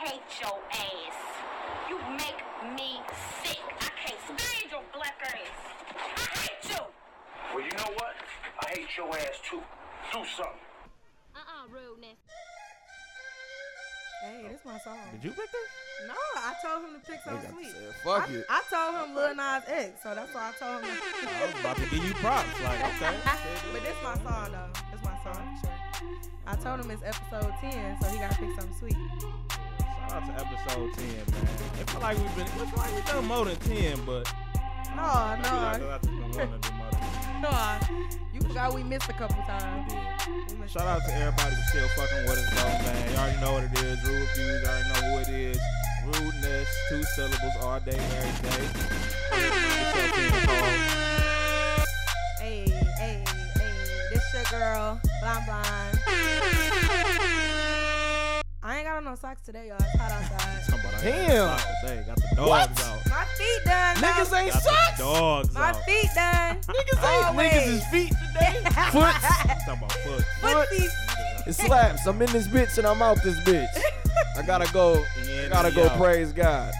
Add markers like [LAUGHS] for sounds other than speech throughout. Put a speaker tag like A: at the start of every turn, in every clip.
A: hate your ass. You make me sick. I can't stand your black ass. I hate you.
B: Well, you know what? I hate your ass too. Do something.
A: Uh-uh, rudeness.
C: Hey, this my song.
D: Did you pick this?
C: No, I told him to pick something
E: Nigga
C: sweet.
E: said, Fuck
C: I,
E: it.
C: I told him Lil Nas X, so that's why I told him.
D: I was about to give you props.
C: [LAUGHS]
D: Like, okay.
C: but this my song though. This my song. for Sure. I told him it's episode ten, so he gotta pick something sweet.
D: Shout out to episode 10, man. It feel like we've been, it feel like we've done more than 10, but.
C: Oh, No,
D: I feel
C: no,
D: like I took the one to do more than
C: no. You forgot we missed a couple times.
D: 10.
C: We missed-
D: Shout out to everybody who's still fucking with us, though, man. You already know what it is. Rude reviews, you already know who it is. Rudeness, two syllables all day, every day.
C: Hey, hey, hey. This your girl, blind, blind. I ain't got on no socks today, y'all. It's hot outside.
D: Somebody
E: Damn.
D: out They got the dogs
E: What?
D: out.
C: My feet done. though.
E: Niggas ain't
D: Got the
E: socks.
D: dogs
C: My
D: out.
C: feet done.
E: Niggas ain't
C: Always.
E: niggas is feet today.
C: [LAUGHS]
E: Foot.
D: Talking about foot.
C: Footsie.
E: It slaps. I'm in this bitch and I'm out this bitch. I gotta go.
D: In
E: I gotta
D: and
E: go
D: out.
E: praise God.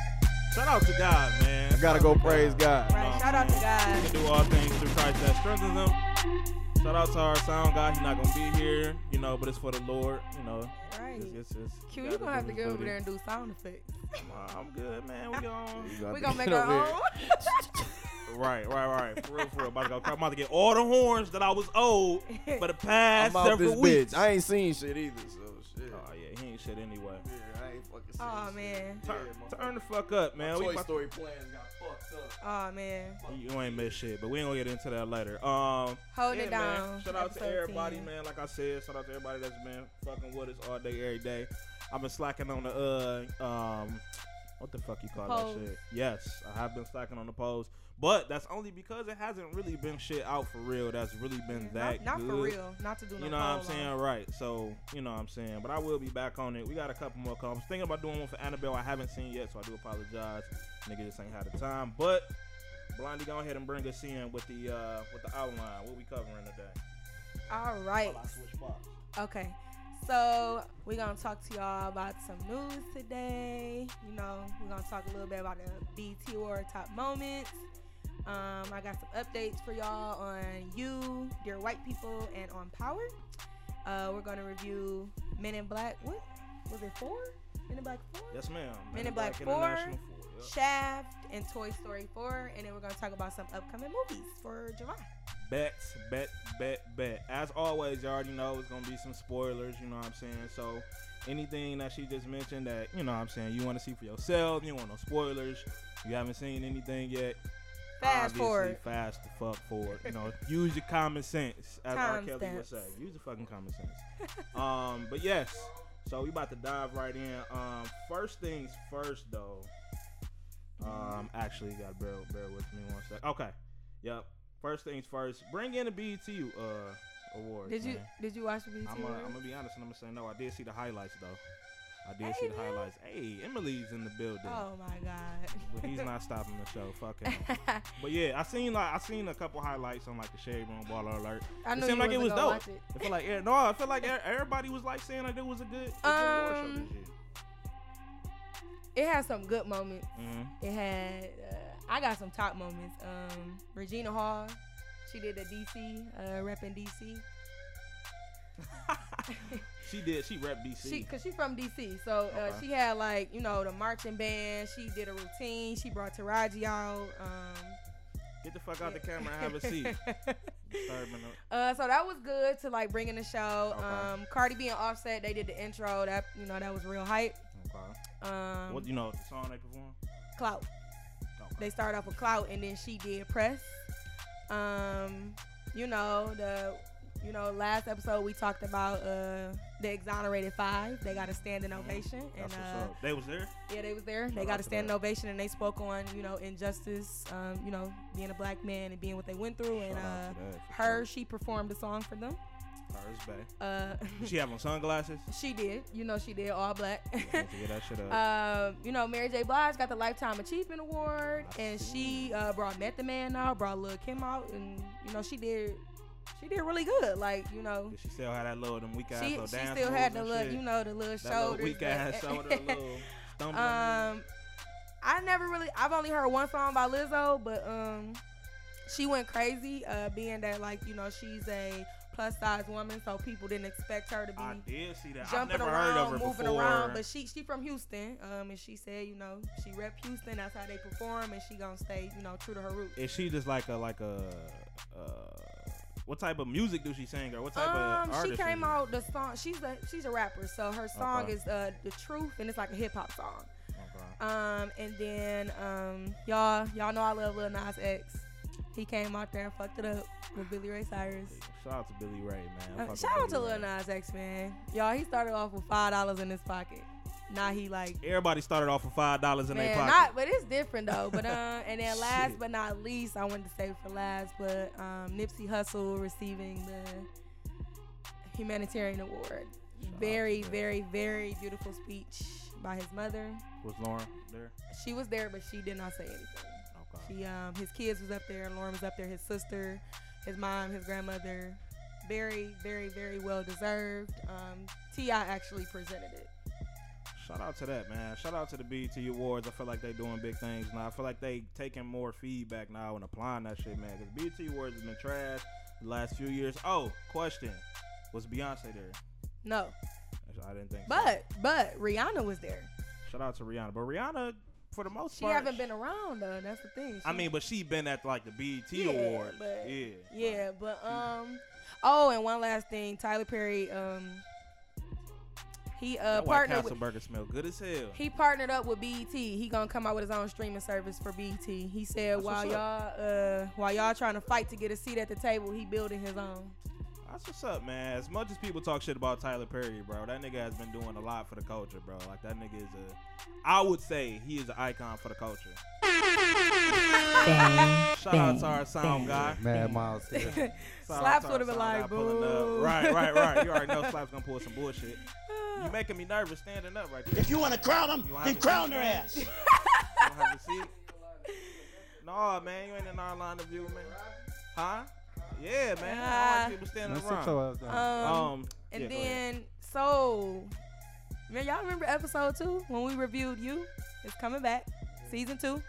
D: Shout out to God, man.
E: I gotta go praise God.
C: Right, shout out to God.
D: He Um, can do all things through Christ that strengthens him. Shout out to our sound guy. He's not gonna be here, you know, but it's for the Lord, you know.
C: Right.
D: It's, it's, it's,
C: Q,
D: gotta
C: you gonna have to
D: do
C: get
D: his
C: over
D: duty.
C: there and do sound effects.
D: Nah, I'm good, man.
C: [LAUGHS]
D: We on.
C: We gonna make
E: Get
C: our
E: over
C: own. [LAUGHS]
E: here.
D: Right, right, right. For real, for real. About to go, I'm about to get all the horns that I was owed
C: [LAUGHS]
D: for the past
E: I'm out
D: several
E: this
D: weeks.
E: bitch. I ain't seen shit either, so shit.
D: Oh yeah, he ain't shit anyway.
E: Yeah, I ain't fucking seen
C: Oh
E: shit.
C: man.
E: Yeah,
D: Turn,
E: my-
D: turn the fuck up, man. We
E: Toy
D: about-
E: Story plans got fucked up.
C: Oh man.
D: You ain't miss shit, but we ain't gonna get into that later. Um,
C: Hold it
D: man.
C: down.
D: Shout out to
C: Episode
D: everybody,
C: 10.
D: man. Like I said, shout out to everybody that's been fucking with us all day, every day. I've been slacking on the uh, um, what the fuck you call
C: Polls.
D: that shit? Yes, I have been slacking on the polls, but that's only because it hasn't really been shit out for real. That's really been that
C: not, not
D: good.
C: for real. Not to do no
D: You know what I'm
C: poll on.
D: saying? Right. So, you know what I'm saying? But I will be back on it. We got a couple more calls. I was thinking about doing one for Annabelle. I haven't seen yet, so I do apologize. Nigga just ain't had the time. But Blondie, go ahead and bring us in with the uh with the outline. What we covering today.
C: All right. Okay. So we're gonna talk to y'all about some news today. You know, we're gonna talk a little bit about the BT Award top moments. Um, I got some updates for y'all on you, dear white people, and on power. Uh, we're gonna review Men in Black. What was it? Four? Men in Black Four?
D: Yes, ma'am.
C: Men in Black
D: International Four, yeah.
C: Shaft and Toy Story 4, and then we're gonna talk about some upcoming movies for July.
D: Bets, bet, bet, bet. As always, y'all already know it's gonna be some spoilers, you know what I'm saying? So anything that she just mentioned that, you know what I'm saying, you wanna see for yourself, you want no spoilers, you haven't seen anything yet,
C: Fast
D: obviously,
C: forward.
D: Fast the fuck forward.
C: [LAUGHS]
D: You know, use your common sense, as R.
C: Time
D: Kelly would
C: stamps.
D: say. Use your fucking common sense. [LAUGHS] um, but yes, so we about to dive right in. Um, first things first, though. Um, actually, you gotta bear, bear with me one sec. Okay, yep. First things first. Bring in the BET uh award.
C: Did you did you watch the BT
D: I'm gonna,
C: Awards?
D: [LAUGHS] I'm gonna be honest and I'm gonna say no. I did see the highlights though. I did see
C: Hey,
D: the
C: man.
D: highlights. Hey, Emily's in the building.
C: Oh my god. [LAUGHS]
D: But he's not stopping the show. Fuck him. But yeah, I seen like I seen a couple highlights on like the shade room baller alert.
C: I
D: It
C: knew
D: seemed
C: you
D: like it
C: wasn't
D: was
C: gonna
D: dope.
C: watch it.
D: I feel like yeah, no, I feel like e- everybody was like saying like it was a good, a good award show
C: Um,
D: this year.
C: [LAUGHS] It had some good moments.
D: Mhm.
C: It had uh, I got some top moments. Um, Regina Hall, she did a DC, uh, repping DC.
D: [LAUGHS] She did. She rep DC.
C: She, cause she from DC, so uh,
D: Okay.
C: she had like you know the marching band. She did a routine. She brought Taraji out. Um,
D: Get the fuck out the camera and have a seat.
C: [LAUGHS]
D: Disturbing her.
C: Uh, so that was good to like bring in the show.
D: Okay.
C: Um, Cardi B and Offset, they did the intro. That you know that was real hype.
D: Okay.
C: Um,
D: What you know? The song they performed.
C: clout.
D: Okay.
C: They started off with clout, and then she did press. Um, you know the, you know last episode we talked about uh the exonerated five. They got a standing ovation, and
D: Mm-hmm. That's what's
C: uh,
D: up. They was there.
C: yeah, they was there. They
D: Shout out
C: got a
D: to
C: standing
D: that.
C: ovation, and they spoke on you know injustice, um, you know being a black man and being what they went through, and
D: Shout out
C: uh,
D: to that, for
C: her she performed a song for them.
D: sure. Her is back. [LAUGHS]
C: Uh, [LAUGHS]
D: Did She having sunglasses.
C: She did. You know, she did all black.
D: Get
C: [LAUGHS]
D: that shit up.
C: um, you know, Mary J. Blige got the Lifetime Achievement Award,
D: I
C: and
D: see.
C: she uh, brought Method Man out, brought Lil Kim out, and you know, she did she did really good. Like you know,
D: Did she still had that little them weak ass
C: she
D: little
C: she
D: dance
C: still
D: moves
C: had the
D: and
C: little,
D: shit?
C: you know, the little
D: that little
C: shoulders.
D: weak ass [LAUGHS]
C: [LAUGHS]
D: shoulder,
C: but-
D: little stumbling.
C: um, I never really. I've only heard one song by Lizzo, but um, she went crazy. Uh, being that like you know she's a plus size woman, so people didn't expect her to be.
D: I did see that. I've
C: Um, Jumping
D: never
C: around,
D: heard of her
C: moving
D: before.
C: around, but she she from Houston, um, and she said you know she rep Houston. That's how they perform, and she gonna stay you know true to her roots.
D: Is she just like a like a uh, what type of music do she sing or what type
C: Um,
D: of
C: she
D: artist?
C: came
D: is
C: out the song. She's a she's a rapper, so her song
D: Okay.
C: is uh the truth, and it's like a hip hop song.
D: Okay.
C: Um, and then um, y'all y'all know I love Lil Nas X. He came out there and fucked it up with Billy Ray Cyrus.
D: Shout out to Billy Ray, man.
C: Uh,
D: Fuck with
C: shout out to
D: Billy
C: Lil
D: Ray.
C: Nas X, man. Y'all, he started off with five dollars in his pocket. Now he like
D: Everybody started off with five dollars in their
C: man,
D: pocket.
C: not, but it's different though. But
D: [LAUGHS]
C: uh, and then last
D: Shit.
C: but not least, I wanted to say for last, but um, Nipsey Hussle receiving the humanitarian award.
D: Shout out
C: Very,
D: to Nip.
C: very, very beautiful speech by his mother.
D: Was Lauren there?
C: She was there, but she did not say anything.
D: Okay.
C: She um his kids was up there, Lauren was up there, his sister, his mom, his grandmother. Very, very, very well deserved. Um, Ti actually presented it.
D: Shout out to that, man. Shout out to the BET Awards. I feel like they doing big things now. I feel like they taking more feedback now and applying that shit, man. Because BET Awards has been trash the last few years. Oh, question. Was Beyonce there?
C: No,
D: I didn't think so.
C: but but Rihanna was there.
D: Shout out to Rihanna. But Rihanna, for the most
C: She
D: part.
C: haven't been around though. That's the thing.
D: I
C: She-
D: mean, but she been at like the BET
C: Yeah,
D: Awards.
C: but-
D: yeah.
C: yeah, but um, oh, and one last thing, Tyler Perry um, he uh
D: That White
C: partnered
D: Castle
C: with,
D: burger smell good as hell.
C: He partnered up with BET. He gonna come out with his own streaming service for BET. He said
D: That's
C: while
D: what's
C: y'all uh, while y'all trying to fight to get a seat at the table, he building his own.
D: That's what's up, man. As much as people talk shit about Tyler Perry, bro, that nigga has been doing a lot for the culture, bro. Like that nigga is a, I would say he is an icon for the culture. Shout out to our sound guy.
E: Mad Miles here.
C: [LAUGHS]
D: Shout out
C: Slaps
D: to our
C: would have been
D: sound guy
C: like,
D: pulling up.
C: "Boo."
D: Right, right, right. You already
C: [LAUGHS]
D: know Slaps gonna pull some bullshit.
C: [SIGHS]
D: You making me nervous standing up right there.
F: If you want to crown them,
D: You wanna
F: then
D: have a
F: crown
D: seat?
F: their ass.
D: [LAUGHS] You wanna have a seat? No, man, you ain't in our line of view, man. Huh? Yeah, man.
C: [LAUGHS]
D: All
C: Ah.
D: these people standing
G: Let's sit
D: around.
G: your ass down.
C: Um,
D: Um,
C: and
D: yeah, go ahead.
C: then so, man, y'all remember episode two when we reviewed you? It's coming back, season two.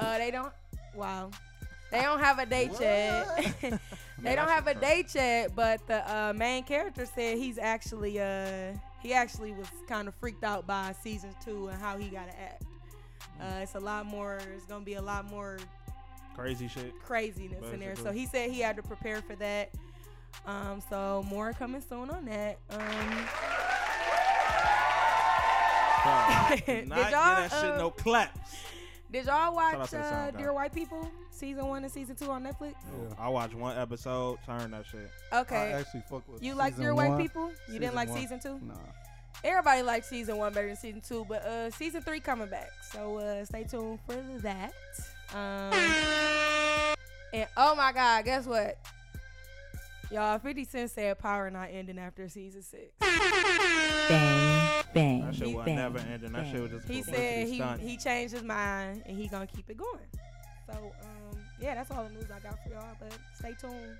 C: Uh, they don't. Wow. They don't have a date [LAUGHS] yet. they don't have a date yet, but the uh, main character said he's actually uh he actually was kind of freaked out by season two and how he got to act. Uh, it's a lot more. It's gonna be a lot more
D: crazy [LAUGHS] shit.
C: craziness in there. So
D: Basically.
C: he said he had to prepare for that. Um, so more coming soon on that. Um,
D: Bro, do
C: Did
D: not get
C: y'all,
D: that shit
C: uh,
D: no claps.
C: did y'all
D: out
C: watch
D: to the sound
C: uh,
D: guy.
C: Dear White People season one and season two on Netflix?
G: Yeah.
D: I watched one episode, turn that shit.
G: I
C: Okay,
G: actually fuck with
C: you like
G: season
C: Dear White
G: one.
C: People? You didn't
G: Season
C: like
G: one.
C: season two?
G: Nah.
C: Everybody liked season one better than season two, but uh, season three coming back. So uh, stay tuned for that. Um, and oh my God, guess what? Y'all, 50 Cent said power not ending after season six.
D: That shit was never ending. That shit was just a
C: He
D: publicity
C: said he,
D: stunt.
C: he changed his mind and he gonna keep it going. So um yeah, that's all the news I got for y'all. But stay tuned.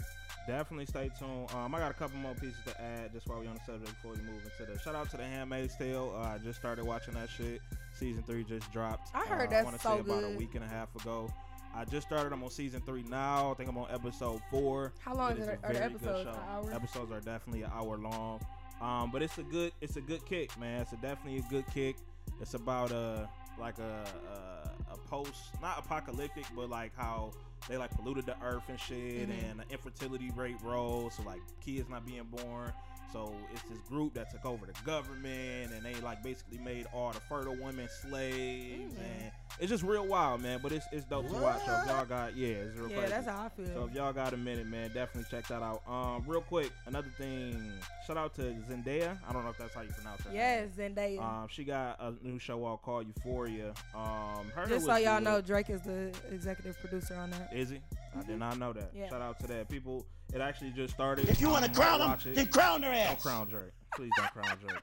D: Definitely stay tuned. Um, I got a couple more pieces to add just while we on the subject before we move into the shout out to the Handmaid's Tale. Uh, I just started watching that shit. Season three just dropped.
C: I heard
D: uh, I
C: that's
D: wanna
C: so
D: say about a
C: good.
D: week and a half ago. I just started. I'm on season three now. I think I'm on episode four.
C: How long
D: It
C: is
D: is
C: it,
D: a
C: are the
D: very good
C: episodes?
D: show.
C: An hour?
D: Episodes are definitely an hour long. Um, but it's a good it's a good kick, man. It's a definitely a good kick. It's about uh like a a, a post not apocalyptic, but like how they like polluted the earth and shit,
C: Mhm.
D: and the infertility rate rose, so like kids not being born. So it's this group that took over the government, and they like basically made all the fertile women slaves,
C: Mm.
D: and it's just real wild, man. But it's it's dope to watch. So if y'all got yeah, it's real
C: Yeah,
D: crazy.
C: that's how I
D: So
C: feel.
D: if y'all got a minute, man, definitely check that out. Um, real quick, another thing. Shout out to Zendaya. I don't know if that's how you pronounce her. name.
C: Yes, Zendaya.
D: Um, she got a new show out called Euphoria. Um, her
C: Just so
D: was
C: y'all
D: good.
C: know, Drake is the executive producer on that.
D: Is he? I did not know that.
C: Yeah.
D: Shout out to that. People, it actually just started.
F: If you want to
D: Um,
F: crown
D: watch
F: them,
D: it.
F: then crown their
D: Don't
F: ass.
D: crown jerk. Please don't crown jerk.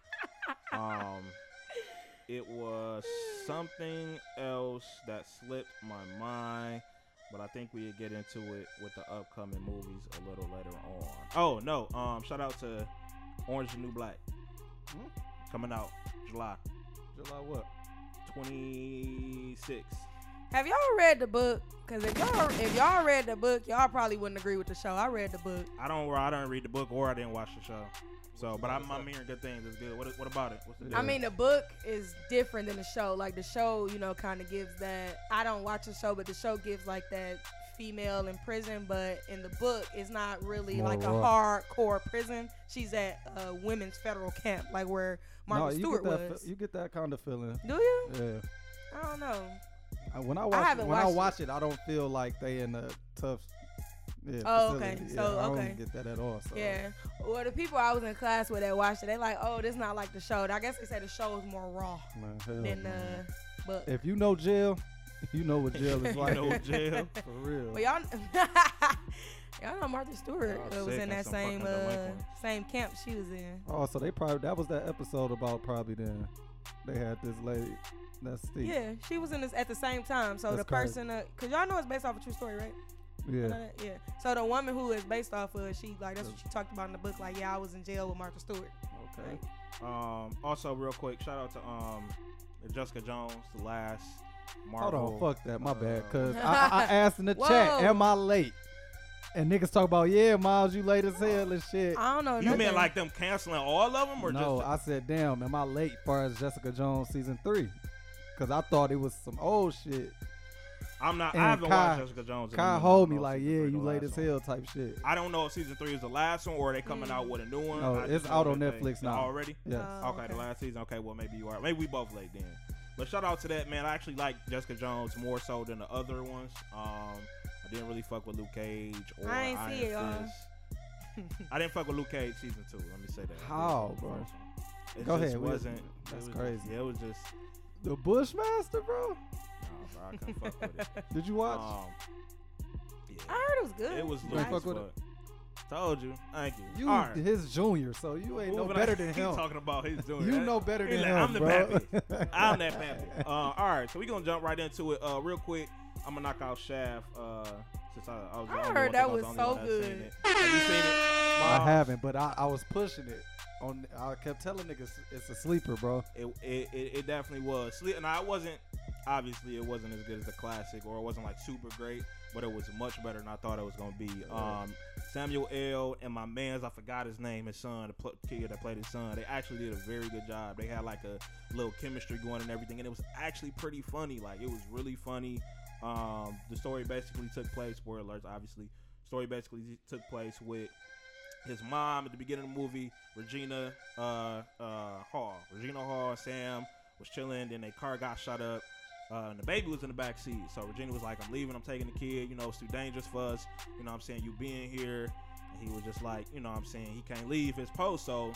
D: Um, it was something else that slipped my mind. But I think we get into it with the upcoming movies a little later on. Oh no! Um, shout out to Orange is the New Black
F: Hmm?
D: coming out July
E: July what?
D: twenty six.
C: Have y'all read the book? Because if y'all if y'all read the book, y'all probably wouldn't agree with the show. I read the book.
D: I don't. well, I don't read the book or I didn't watch the show. So, but I'm, I'm hearing good things. It's good. What, what about it? What's the
C: I
D: deal?
C: mean, the book is different than the show. Like the show, you know, kind of gives that. I don't watch the show, but the show gives like that female in prison. But in the book, it's not really
E: More
C: like a hardcore prison. She's at a women's federal camp, like where Martha
F: you
C: Stewart
F: get that, fe-
C: was.
F: You get that kind of feeling.
C: Do you?
F: Yeah.
C: I don't know.
D: Uh-huh.
F: I, when I watch it,
C: haven't
F: when I
C: watched
F: watch it. I don't feel like they in a tough. Yeah,
C: Oh, okay.
F: facility.
C: So,
F: yeah, I
C: okay.
F: don't get that at all. So.
C: Yeah. Well, the people I was in class with that watched it, they like, oh, this not like the show. I guess they say the show is more raw
F: Man, hell
C: than uh,
F: no.
C: the book.
F: if you know jail, [LAUGHS] you know what jail
D: [LAUGHS]
F: is
C: [LAUGHS]
D: You
F: like.
D: know jail.
F: For real.
C: But y'all, [LAUGHS] y'all know Martha Stewart
D: Y'all
C: uh, was
D: sick
C: in
D: and
C: that
D: some
C: same
D: fucking
C: uh,
D: delinquents.
C: same camp she was in.
F: Oh, so they probably that was that episode about probably then they had this lady. That's Steve.
C: Yeah, she was in this at the same time. So
F: That's
C: the
F: crazy.
C: person, uh, cause y'all know it's based off a true story, right? You know
F: Yeah.
C: that? yeah. So the woman who is based off of, she like that's what she talked about in the book. Like, yeah, I was in jail with Martha Stewart.
F: [LAUGHS] Okay.
D: Um, also, real quick, shout out to um, Jessica Jones, the last
F: Hold
D: Marvel.
F: on, fuck that. My bad.
D: uh,
C: [LAUGHS]
F: Cause I, I asked in the chat,
C: Whoa.
F: am I late? And niggas talk about, yeah, Miles, you late as hell and shit.
C: I don't know.
D: You
C: nothing.
D: meant like them canceling all of them, or
F: No,
D: just
F: I said, damn, am I late far as Jessica Jones season three? Cause I thought it was some old shit.
D: I'm not. I
F: and
D: haven't
F: Kai-
D: watched Jessica Jones. in a
F: Kai
D: minute.
F: hold
D: I
F: me
D: don't know
F: like,
D: if season three the
F: yeah, you late
D: last
F: as
D: one.
F: hell type shit.
D: I don't know if season three is the last one or are they coming out with a new one.
F: No,
D: I just
F: it's
D: know
F: out on
D: that they-
F: Netflix now.
D: already.
F: Yes.
C: Uh,
D: okay,
C: okay.
D: the last season. Okay, well maybe you are. Maybe we both late then. But shout out to that man. I actually like Jessica Jones more so than the other ones. Um, I didn't really fuck with Luke Cage or
C: I ain't
D: Iron
C: see it, y'all. [LAUGHS]
D: Fist. I didn't fuck with Luke Cage season two. Let me say that.
F: How, bro?
D: It
F: Go
D: just
F: ahead, we-
D: Wasn't. it
F: that's
D: was
F: crazy.
D: Just, yeah, it was just.
F: the Bushmaster, bro.
D: Nah, bro, I couldn't fuck with it.
F: [LAUGHS] Did you watch?
D: Um,
C: I
D: yeah,
C: heard it was good.
D: it was
F: You
D: Luke.
F: ain't fuck with it?
D: Told you. Thank you.
F: you
D: Uh, All right.
F: his junior, so you ain't no
D: Moving [LAUGHS]
F: better
D: on.
F: than
D: He
F: him.
D: talking about his doing.
F: You
D: that.
F: know better
D: He
F: than
D: like,
F: him,
D: I'm the
F: bro. [LAUGHS]
D: pappy. [LAUGHS] I'm that pappy. Uh, all right, so we gonna jump right into it. Uh, real quick, I'm gonna knock out Shaft. Uh, since I, I was the
C: I
D: only
C: heard
D: one-
C: that
D: I
C: was
D: the only
C: so
D: one that seen
C: good.
D: it. Have you seen
F: [LAUGHS]
D: it?
F: I
D: Mom?
F: haven't, but I, I was pushing it. On I kept telling niggas it's a sleeper, bro.
D: It, it, it, it definitely was. Sleep, and I wasn't. Obviously, it wasn't as good as the classic, or it wasn't like super great, but it was much better than I thought it was gonna be. Um, Samuel L. and my man's, I forgot his name, his son, the pl- kid that played his son, they actually did a very good job. They had like a little chemistry going and everything, and it was actually pretty funny. Like it was really funny. Um, the story basically took place. Spoiler alerts, obviously. Story basically took place with his mom at the beginning of the movie, Regina uh, uh, Hall. Regina Hall, and Sam was chilling, then their car got shot up. Uh, and the baby was in the back seat. So Regina was like, I'm leaving, I'm taking the kid, you know, it's too dangerous for us. You know what I'm saying? You being here. And he was just like, you know what I'm saying? He can't leave his post. So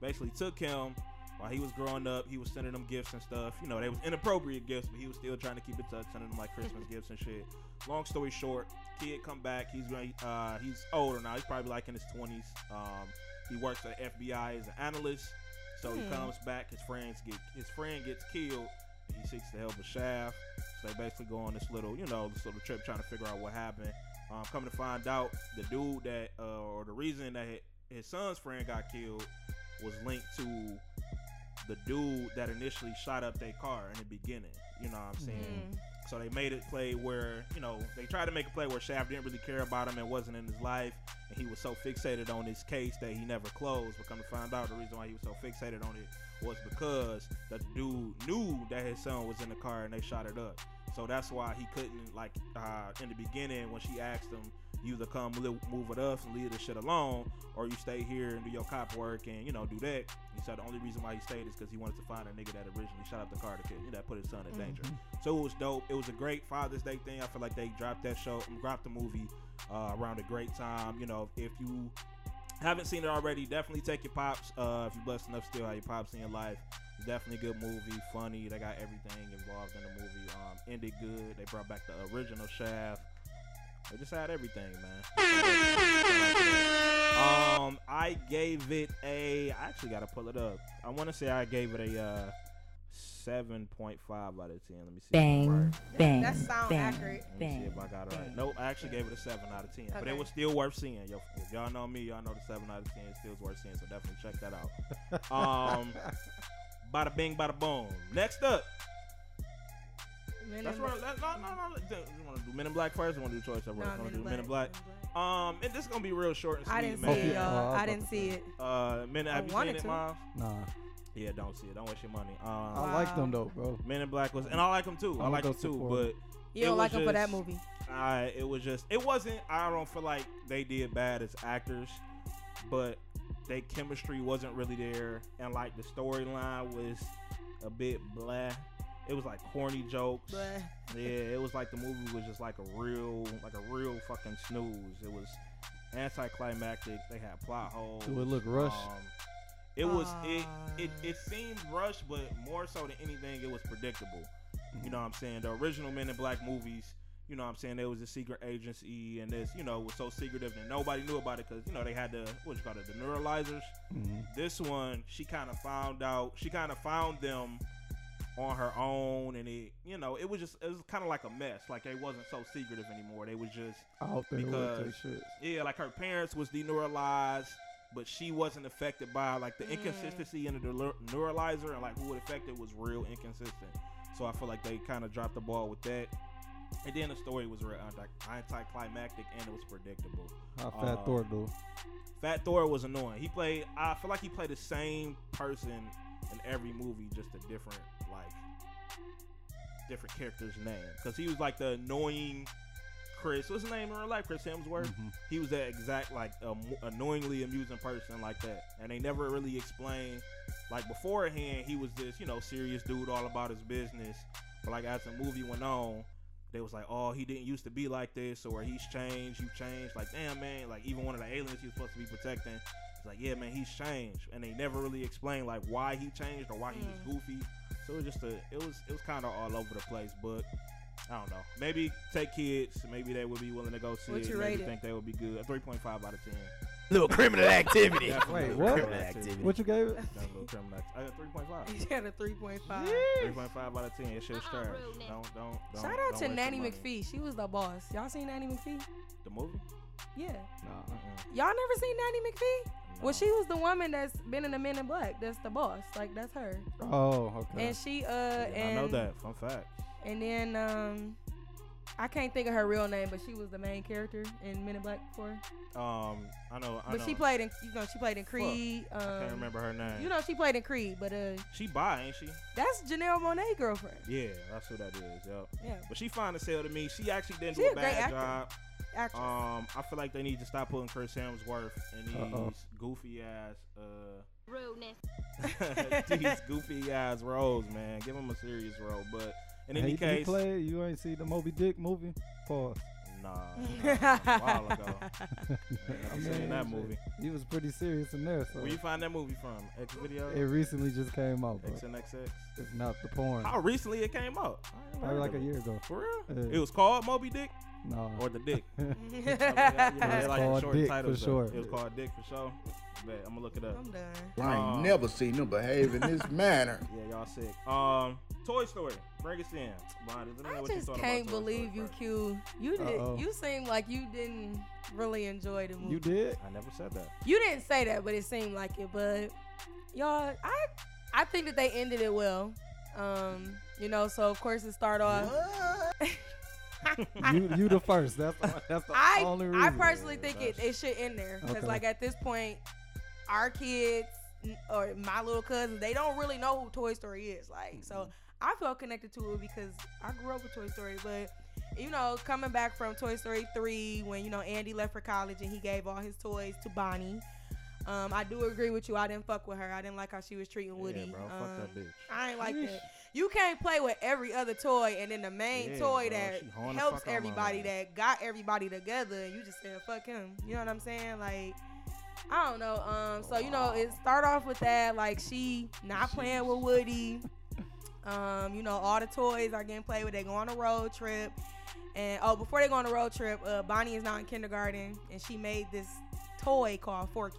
D: basically took him while he was growing up. He was sending them gifts and stuff. You know, they was inappropriate gifts, but he was still trying to keep in touch, sending them like Christmas gifts and shit. Long story short, kid come back. He's going. Uh, he's older now. He's probably like in his twenties. Um, he works at FBI as an analyst. So he
C: Hmm.
D: comes back. His friends get his friend gets killed. And he seeks the help of Shaft. So they basically go on this little, you know, this little trip trying to figure out what happened. Um, coming to find out, the dude that, uh, or the reason that hi- his son's friend got killed was linked to the dude that initially shot up their car in the beginning. You know what I'm saying?
C: Mm.
D: So they made it play where, you know, they tried to make a play where Shaft didn't really care about him and wasn't in his life. And he was so fixated on this case that he never closed. But come to find out, the reason why he was so fixated on it was because that the dude knew that his son was in the car and they shot it up. So that's why he couldn't, like, uh, in the beginning when she asked him, you either come li- move with us and leave this shit alone, or you stay here and do your cop work and, you know, do that. He said the only reason why he stayed is because he wanted to find a nigga that originally shot up the car to kill, you know, that put his son in danger. So it was dope. It was a great Father's Day thing. I feel like they dropped that show, dropped the movie uh, around a great time. You know, if you haven't seen it already, definitely take your pops. Uh, if you're blessed enough, still have your pops in your life. Definitely good movie, funny. They got everything involved in the movie. Um, ended good. They brought back the original Shaft. They just had everything, man. Um, I gave it a. I actually gotta pull it up. I want to say I gave it a uh, seven point five out of ten. Let me see. if
G: Bang,
D: right.
G: bang,
C: That sound
G: bang,
C: accurate.
D: Let me see
G: bang.
D: if I got it right.
G: bang,
D: Nope, I actually gave it a seven out of ten, but it
C: Okay.
D: was still worth seeing. Yo, if y'all know me, y'all know the seven out of ten still is worth seeing. So definitely check that
C: [LAUGHS]
D: out. Um, bada bing, bada boom. Next up,
C: Men in
D: that's
C: Black.
D: right. That, no, no, no. You want to do Men in Black first? You want to do Choice Up first?
C: Nah,
D: You want to do Men in Black? Um, and this is gonna be real short and sweet,
C: I didn't see
D: man.
C: it,
F: Okay. Oh, I
C: y'all.
F: was
C: I
F: about
C: didn't
F: to
C: see
F: say.
C: it.
D: Uh, Men, have you seen
C: wanted
D: it,
C: to.
D: Miles?
F: Nah,
D: Yeah, don't see it. Don't waste your money. Um,
C: Wow.
F: I like them though, bro.
D: Men in Black was, and I like them too. I
F: I'ma
D: like
F: go
D: them too,
F: support 'em.
D: but
C: You
D: It
C: don't
D: was
C: like him for that
D: just-
C: movie.
D: I it was just it wasn't. I don't feel like they did bad as actors, but they chemistry wasn't really there, and like the storyline was a bit blah. It was like corny jokes. [LAUGHS]
C: But
D: Yeah, it was like the movie was just like a real, like a real fucking snooze. It was anticlimactic. They had plot holes. Um,
F: Do it look rushed?
D: it was it, it it seemed rushed, but more so than anything, it was predictable. You know what I'm saying? The original Men in Black movies, you know what I'm saying? There was a secret agency, and this, you know, was so secretive that nobody knew about it because you know they had the what you call it, the neuralizers.
F: Mhm.
D: This one, she kind of found out. She kind of found them on her own, and it, you know, it was just it was kind of like a mess. Like they wasn't so secretive anymore. They was just
F: Out there with
D: Because-
F: this shit.
D: yeah, like her parents was deneuralized, but she wasn't affected by like the
C: Mm.
D: inconsistency in the delu- neuralizer and like who it affected was real inconsistent. So I feel like they kind of dropped the ball with that. And then the story was real anti- anticlimactic and it was predictable.
F: How fat
D: Uh,
F: Thor do?
D: Fat Thor was annoying. He played. I feel like he played the same person in every movie, just a different like different character's name. Because he was like the annoying Chris. What's his name in real life? Chris Hemsworth.
F: Mhm.
D: He was that exact like um, annoyingly amusing person like that, and they never really explained. Like beforehand, he was this you know serious dude all about his business, but like as the movie went on, they was like, oh, he didn't used to be like this, or he's changed, you changed. Like, damn, man. Like, even one of the aliens he was supposed to be protecting, it's like, yeah, man, he's changed. And they never really explained like why he changed or why he was
C: Mm.
D: goofy. So it was just a, it was, it was kind of all over the place. But I don't know. Maybe take kids. Maybe they would be willing to go see
C: What
D: it.
C: you
D: maybe
C: rate it?
D: think they would be good. Three point five out of ten.
E: Little criminal activity.
D: Definitely
F: Wait,
D: a
F: what?
D: criminal activity.
F: What you gave it?
D: That's a little criminal act- I got three point five.
C: he had a 3.5.
D: Three point five out of ten. It's just
A: Uh-uh,
D: trash.
A: rude, man.
D: Don't, don't, don't.
C: Shout
D: don't
C: out to
D: waste
C: Nanny
D: your money.
C: McPhee. She was the boss. Y'all seen Nanny McPhee?
D: The movie?
C: Yeah.
F: Nah.
D: Mm-mm.
C: Y'all never seen Nanny McPhee?
D: No.
C: Well, she was the woman that's been in the Men in Black. That's the boss. Like that's her.
F: Oh, okay.
C: And she uh
D: I
C: and
D: know that. Fun fact.
C: and then um I can't think of her real name, but she was the main character in Men in Black before.
D: Um, I know. I
C: But
D: know.
C: she played in you know she played in Creed. Um,
D: I can't remember her name.
C: You know she played in Creed, but uh
D: she bi, ain't she?
C: that's Janelle Monae girlfriend.
D: Yeah, that's who that is. Yep.
C: Yeah,
D: But she fine as hell to me. She actually didn't
C: She
D: do
C: a
D: a
C: great
D: bad
C: actor.
D: job.
C: actress.
D: Um, I feel like they need to stop putting Chris Hemsworth in these
F: Uh-oh.
D: goofy ass, uh,
A: Rudeness.
D: [LAUGHS] these goofy ass roles, man. Give him a serious role. But in any
F: Hey, did he
D: case,
F: play it? you ain't see the Moby Dick movie. Pause.
D: nah,
C: Oh, [LAUGHS]
D: nah, a while ago. I seen that movie.
F: He was pretty serious in there. So
D: Where you find that movie from? X video,
F: it recently just came out, bro.
D: XNXX.
F: It's not the porn.
D: How recently it came out? I ain't heard
F: Probably like
D: of
F: a
D: it.
F: year ago.
D: For real?
F: Yeah.
D: It was called Moby Dick
F: No.
D: or the Dick.
C: I'm
F: like- called Dick for sure.
D: It was called Dick for sure. Bet, I'm gonna look it up.
C: done.
H: I ain't
D: Um,
H: never seen them behave in
E: [LAUGHS]
H: this manner.
D: Yeah, y'all sick. Um, Toy Story, bring us in. Blind, does anyone know
C: I
D: what you
C: just
D: thought about
C: can't
D: Toy Story
C: believe you,
D: first?
C: Q. You did.
F: Uh-oh.
C: You seem like you didn't really enjoy the movie.
D: [LAUGHS]
F: You did?
D: I never said that.
C: You didn't say that, but it seemed like it. But y'all, I I think that they ended it well. Um, you know, so of course it start off.
F: you you the first. That's the, that's the
C: I
F: only reason.
C: I personally think it,
D: that's-
C: it should end there because
F: Okay.
C: like at this point, our kids n- or my little cousins they don't really know who Toy Story is. Like
D: Mm-hmm.
C: so, I felt connected to it because I grew up with Toy Story. But you know, coming back from Toy Story three when you know Andy left for college and he gave all his toys to Bonnie. Um, I do agree with you. I didn't fuck with her. I didn't like how she was treating Woody.
D: Yeah, bro,
C: Um,
D: fuck that bitch.
C: I ain't like
F: Yeesh.
C: that. You can't play with every other toy and then the main
D: Yeah,
C: toy
D: bro,
C: that
D: she horny
C: helps
D: fuck out my
C: everybody
D: ass.
C: that got everybody together and you just said fuck him. You know what I'm saying? Like I don't know. Um so you know, it start off with that, like she not playing
D: [LAUGHS]
C: with Woody. Um, you know, all the toys are getting played with, they go on a road trip. And oh, before they go on a road trip, uh, Bonnie is now in kindergarten and she made this toy called Forky.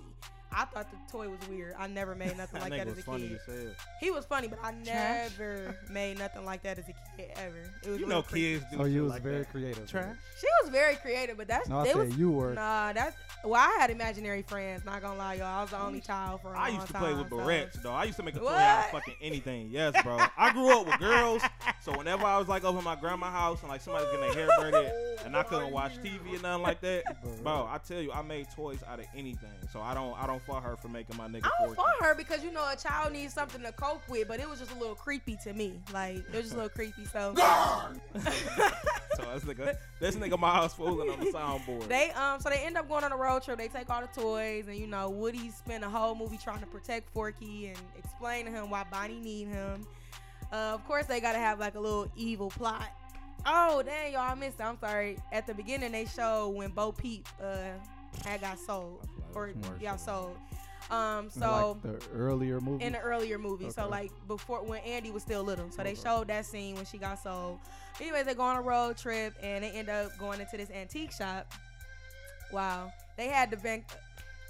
C: I thought the toy was weird. I never
D: [LAUGHS]
C: made nothing like
D: think
C: that
D: it
C: as
D: was
C: a
D: funny
C: kid.
D: as hell.
C: He was funny, but I
F: Trash.
C: never made nothing like that as a Oh, kid ever. It was
D: You
C: really
D: know,
C: creepy.
D: kids do.
F: So
D: shit
F: Oh, you was
D: like
F: very
D: that.
F: creative. with
D: Trash.
F: it.
C: She was very creative, but that's
F: No, I
C: they
F: said
C: was,
F: you were.
C: Nah, that's well, I had imaginary friends. Not gonna lie, y'all. I was the only child for a
D: I
C: long
D: used to play
C: time,
D: with
C: so-
D: barrettes, though. I used to make a toy out of
C: What?
D: fucking anything. Yes, bro. I grew up with girls, so whenever I was like over at my grandma's house and like somebody's getting their hair braided, and I couldn't watch TV or nothing like that, [LAUGHS] bro. I tell you, I made toys out of anything. So I don't, I don't fault her for making my nigga.
C: I don't
D: fortune.
C: fault her because you know a child needs something to cope with, but it was just a little creepy to me. Like it was just a little creepy. So
D: [LAUGHS] So this nigga, this nigga, my house fooling on the soundboard.
C: they um so they end up going on a road trip. They take all the toys, and you know Woody spent a whole movie trying to protect Forky and explain to him why Bonnie need him. Uh, of course, they gotta have like a little evil plot. Oh dang, y'all I missed. It. I'm sorry. At the beginning, they show when Bo Peep uh had got sold or yeah sold. Um,
F: In,
C: so
F: like the earlier movie.
C: in the earlier movie. So
F: Okay.
C: like before when Andy was still little. So they
F: Okay.
C: showed that scene when she got sold. Anyways, they go on a road trip and they end up going into this antique shop. Wow. They had the bank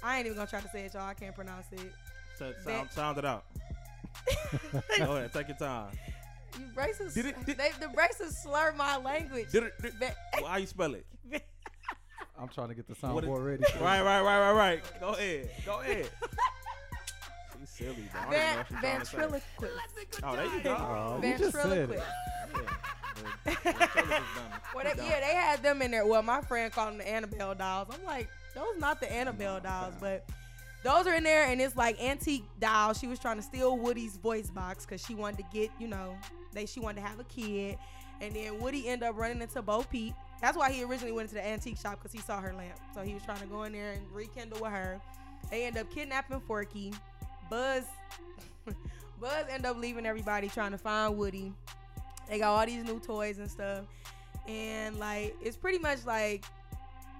C: I ain't even gonna try to say it, y'all. I can't pronounce
D: [LAUGHS]
C: it.
D: So, sound, sound it [LAUGHS] out. Go ahead, take your time.
C: [LAUGHS] You braces
D: Did it- did-
C: they, the braces slur my language.
D: Did it- did-
C: Ba-
D: well, how you spell it?
F: I'm trying to get the
D: What it-
F: soundboard ready.
D: Right, right, right, right, right. Go ahead, [LAUGHS] go ahead. She's silly, bro. I don't even know
C: Van,
D: what she's trying to say.
C: ventriloquist.
D: Oh, there you
F: Oh,
D: go. Oh,
F: you just said it.
C: Ventriloquist. Well,
D: [LAUGHS] Ventriloquist
C: they, yeah, they had them in there. Well, my friend called them the Annabelle dolls. I'm like, those not the Annabelle dolls, but those are in there, and it's like antique dolls. She was trying to steal Woody's voice box because she wanted to get, you know, they she wanted to have a kid, and then Woody ended up running into Bo Peep. That's why he originally went into the antique shop because he saw her lamp. So he was trying to go in there and rekindle with her. They end up kidnapping Forky. Buzz, [LAUGHS] Buzz end up leaving everybody trying to find Woody. They got all these new toys and stuff and like it's pretty much like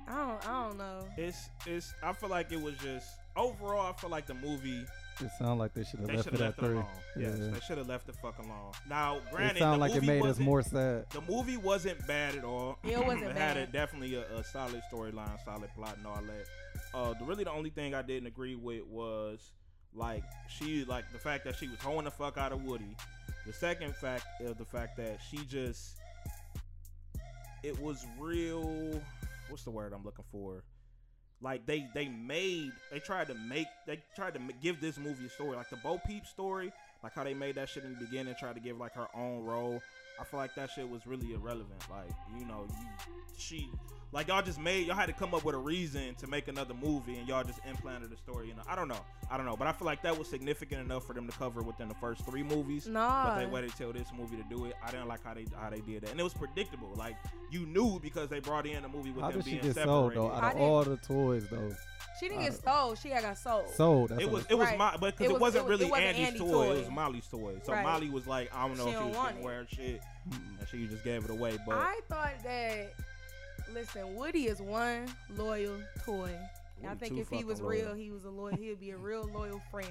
C: I don't I don't know.
D: It's it's. I feel like it was just overall. I feel like the movie
F: It sounded like they should have
D: they
F: left
D: should
F: it
D: have left
F: at
D: it
F: three.
D: alone.
F: Yeah.
D: Yes, they should have left it fucking alone. Now,
F: It
D: granted, the
F: sounded like it
D: movie
F: made us
D: wasn't-
F: more sad.
D: The movie wasn't bad at all.
C: It wasn't
D: [CLEARS THROAT] had a,
C: bad.
D: definitely a, a solid storyline, solid plot, and all that. Uh, the, really, the only thing I didn't agree with was like she like the fact that she was hoeing the fuck out of Woody. The second fact is the fact that she just it was real. What's the word I'm looking for? Like they they made they tried to make they tried to ma- give this movie a story like the Bo Peep story, like how they made that shit in the beginning, tried to give like her own role. I feel like that shit was really irrelevant. Like you know you she like y'all just made y'all had to come up with a reason to make another movie and y'all just implanted a story. You know I don't know I don't know, but I feel like that was significant enough for them to cover within the first three movies. But they
C: Nah.
D: waited till this movie to do it. I didn't like how they how they did that, and it was predictable. Like you knew because they brought in the movie with
F: How
D: them
F: did she
D: being
F: get sold
D: separated.
F: though?
C: I
F: Out of
C: didn't-
F: all the toys though,
C: She didn't get stole. She had got sold.
F: sold. That's
D: it
F: what
D: was
F: I'm-
D: it was
C: Right.
D: my but
C: It
D: because it,
C: was-
D: wasn't
C: it was-
D: really
C: it wasn't
D: Andy's
C: Andy's
D: toy,
C: toy.
D: it was Molly's toy. So
C: Right.
D: Molly was like, I don't know
C: She
D: if
C: don't
D: she was
C: want
D: gonna
C: it.
D: wear shit, and she just gave it away. But
C: I thought that listen, Woody is one loyal toy. And I
D: Woody
C: think
D: too
C: if he
D: fucking
C: was
D: loyal.
C: real, he was a loyal he'd be a real loyal friend.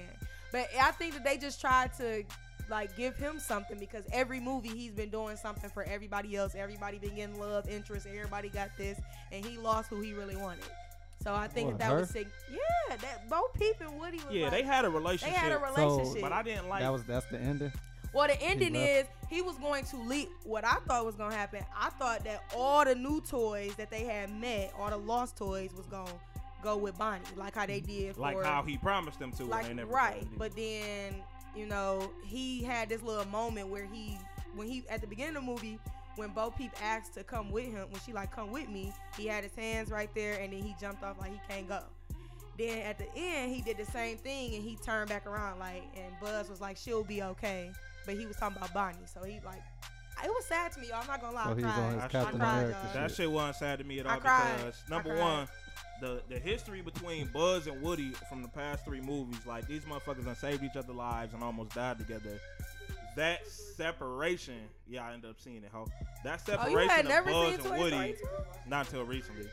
C: But I think that they just tried to like give him something because every movie he's been doing something for everybody else. Everybody been getting love, interest, everybody got this, and he lost who he really wanted. So I think
F: What,
C: that, that
F: her?
C: was sig- yeah, that Bo Peep and Woody was
D: yeah,
C: like,
D: they had a
C: they
D: relationship,
C: had a relationship.
D: but I didn't like.
F: that was that's the ending.
C: Well, the ending
F: left.
C: is he was going to leap. What I thought was going to happen, I thought that all the new toys that they had met, all the lost toys, was going to go with Bonnie, like how they did.
D: like
C: for,
D: how he promised them to,
C: like
D: and they never
C: right.
D: did.
C: But then you know he had this little moment where he, when he at the beginning of the movie, when Bo Peep asked to come with him, when she like come with me, he had his hands right there, and then he jumped off like he can't go. Then at the end, he did the same thing, and he turned back around like, and Buzz was like, "She'll be okay," but he was talking about Bonnie, so he like, it was sad to me. Y'all. I'm not gonna lie,
F: So
C: I
F: Oh, he was
C: cried.
F: on his
C: I
F: Captain
C: cried,
F: America
C: y'all.
D: That
F: shit.
D: shit wasn't sad to me at all
C: I cried.
D: because
C: I
D: number
C: cried.
D: one, the the history between Buzz and Woody from the past three movies, like these motherfuckers done saved each other lives and almost died together. That separation, yeah, I ended up seeing it. Ho. That
C: Oh,
D: separation
C: you had
D: of
C: never
D: Buzz
C: seen
D: and
C: Toy
D: Woody,
C: Story 2?
D: not until recently.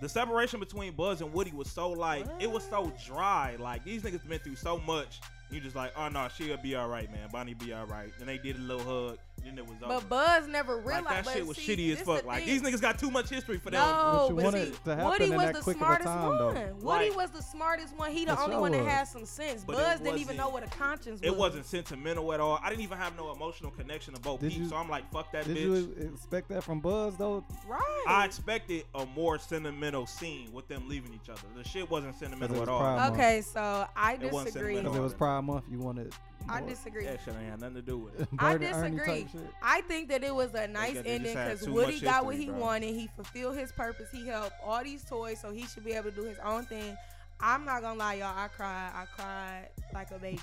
D: The separation between Buzz and Woody was so like it was so dry. Like these niggas been through so much. You just like, oh no, she'll be all right, man. Bonnie be all right. Then they did a little hug. Then it was over.
C: But Buzz never
D: like
C: realized
D: that
C: but
D: shit was
C: see,
D: shitty as
C: this
D: fuck.
C: the
D: Like
C: thing.
D: these niggas got too much history for them.
C: No,
F: What you
C: but
F: wanted
C: see,
F: to happen
C: Woody
F: in
C: was
F: that
C: the
F: quick of a
C: smartest
F: time, though.
C: one. Woody
D: Right.
C: was the smartest one. He the
F: Yes,
C: only
F: I
C: one that
F: was.
C: had some sense.
D: But it
C: Buzz didn't even
D: wasn't-
C: know what a conscience was.
D: It wasn't sentimental at all. I didn't even have no emotional connection to both
F: Did
D: peeps,
F: you-
D: so I'm like, fuck that
F: Did
D: bitch.
F: you expect that from Buzz though?
C: right.
D: I expected a more sentimental scene with them leaving each other. The shit wasn't sentimental
F: Cause
D: at
F: it's
D: all.
F: prime. Come on.
C: okay, so I
D: It wasn't
C: disagree.
F: Because it
D: No.
F: was Pride Month. You wanted.
C: I
F: more [LAUGHS]
C: disagree.
D: That shit ain't had nothing to do with it.
C: I
F: Bert and Ernie type
C: disagree.
F: shit.
C: I think that it was a nice
D: got- they just
C: ending
D: had
C: because
D: too
C: Woody
D: much
C: got what
D: history,
C: he
D: bro.
C: wanted. He fulfilled his purpose. He helped all these toys, so he should be able to do his own thing. I'm not gonna lie, y'all. I cried. I cried like a
D: [LAUGHS]
C: baby.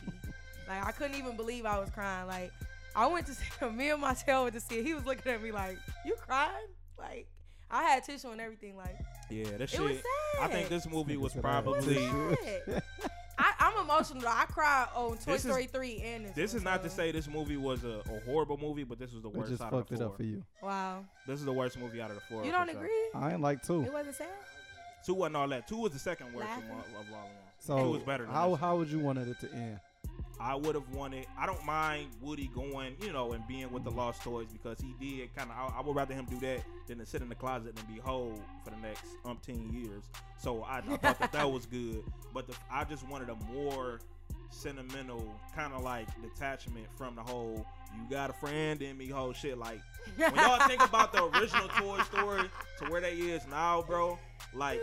C: like I couldn't even believe I was crying. Like I went to [LAUGHS] see me and my tail went to see it. He was looking at me like, "You crying?" Like I had tissue and everything. Like
D: Yeah, that
C: it was
D: shit.
C: sad.
D: I think this movie was
F: Look at that.
D: probably.
F: [LAUGHS]
C: Sad. I, I'm emotional. though. I cried on Toy
D: This is-
C: Story three and this.
D: This
C: one,
D: is not to
C: so-
D: say this movie was a, a horrible movie, but this was the
F: They
D: worst
F: just
D: out of
F: fucked
D: the
F: it
D: four.
F: up for you.
C: Wow,
D: This is the worst movie out of the four.
C: you
D: for
C: don't
D: sure.
C: agree?
F: I ain't like two.
C: It wasn't sad.
D: Two wasn't all that. Two was the second worst of,
C: Laughing.
D: Mar- of Lala Land.
F: So
D: Two was better. Than
F: how
D: this.
F: how would you wanted it to end?
D: I would have wanted. I don't mind Woody going, you know, and being with the Lost Toys because he did kind of. I, I would rather him do that than to sit in the closet and be whole for the next umpteen years. So I, I thought that that was good, but the, I just wanted a more sentimental kind of like detachment from the whole "you got a friend in me" whole shit. Like when y'all think about the original Toy Story to where they is now, bro. Like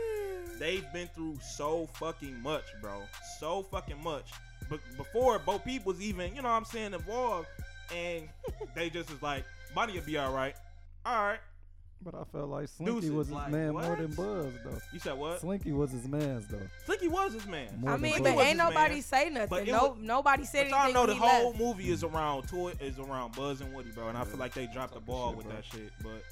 D: they've been through so fucking much, bro. So fucking much. But before Bo Peep was even, you know what I'm saying, involved, and they just was like, Bonnie will be all right. All right.
F: But I felt like Slinky
D: Deuces,
F: was his
D: like,
F: man more
D: what?
F: than Buzz though.
D: You said what?
F: Slinky was his man's though.
D: Slinky was his man.
F: More
C: I
F: than
C: mean,
F: Buzz.
C: but
D: was his
C: ain't nobody
D: man.
C: say
D: But
C: nothing.
D: it
C: No,
D: was-
C: nobody said
D: But y'all
C: anything.
D: know the
C: when he
D: whole
C: left.
D: movie is around toy is around Buzz and Woody, bro, and I feel like they dropped the ball with that shit. But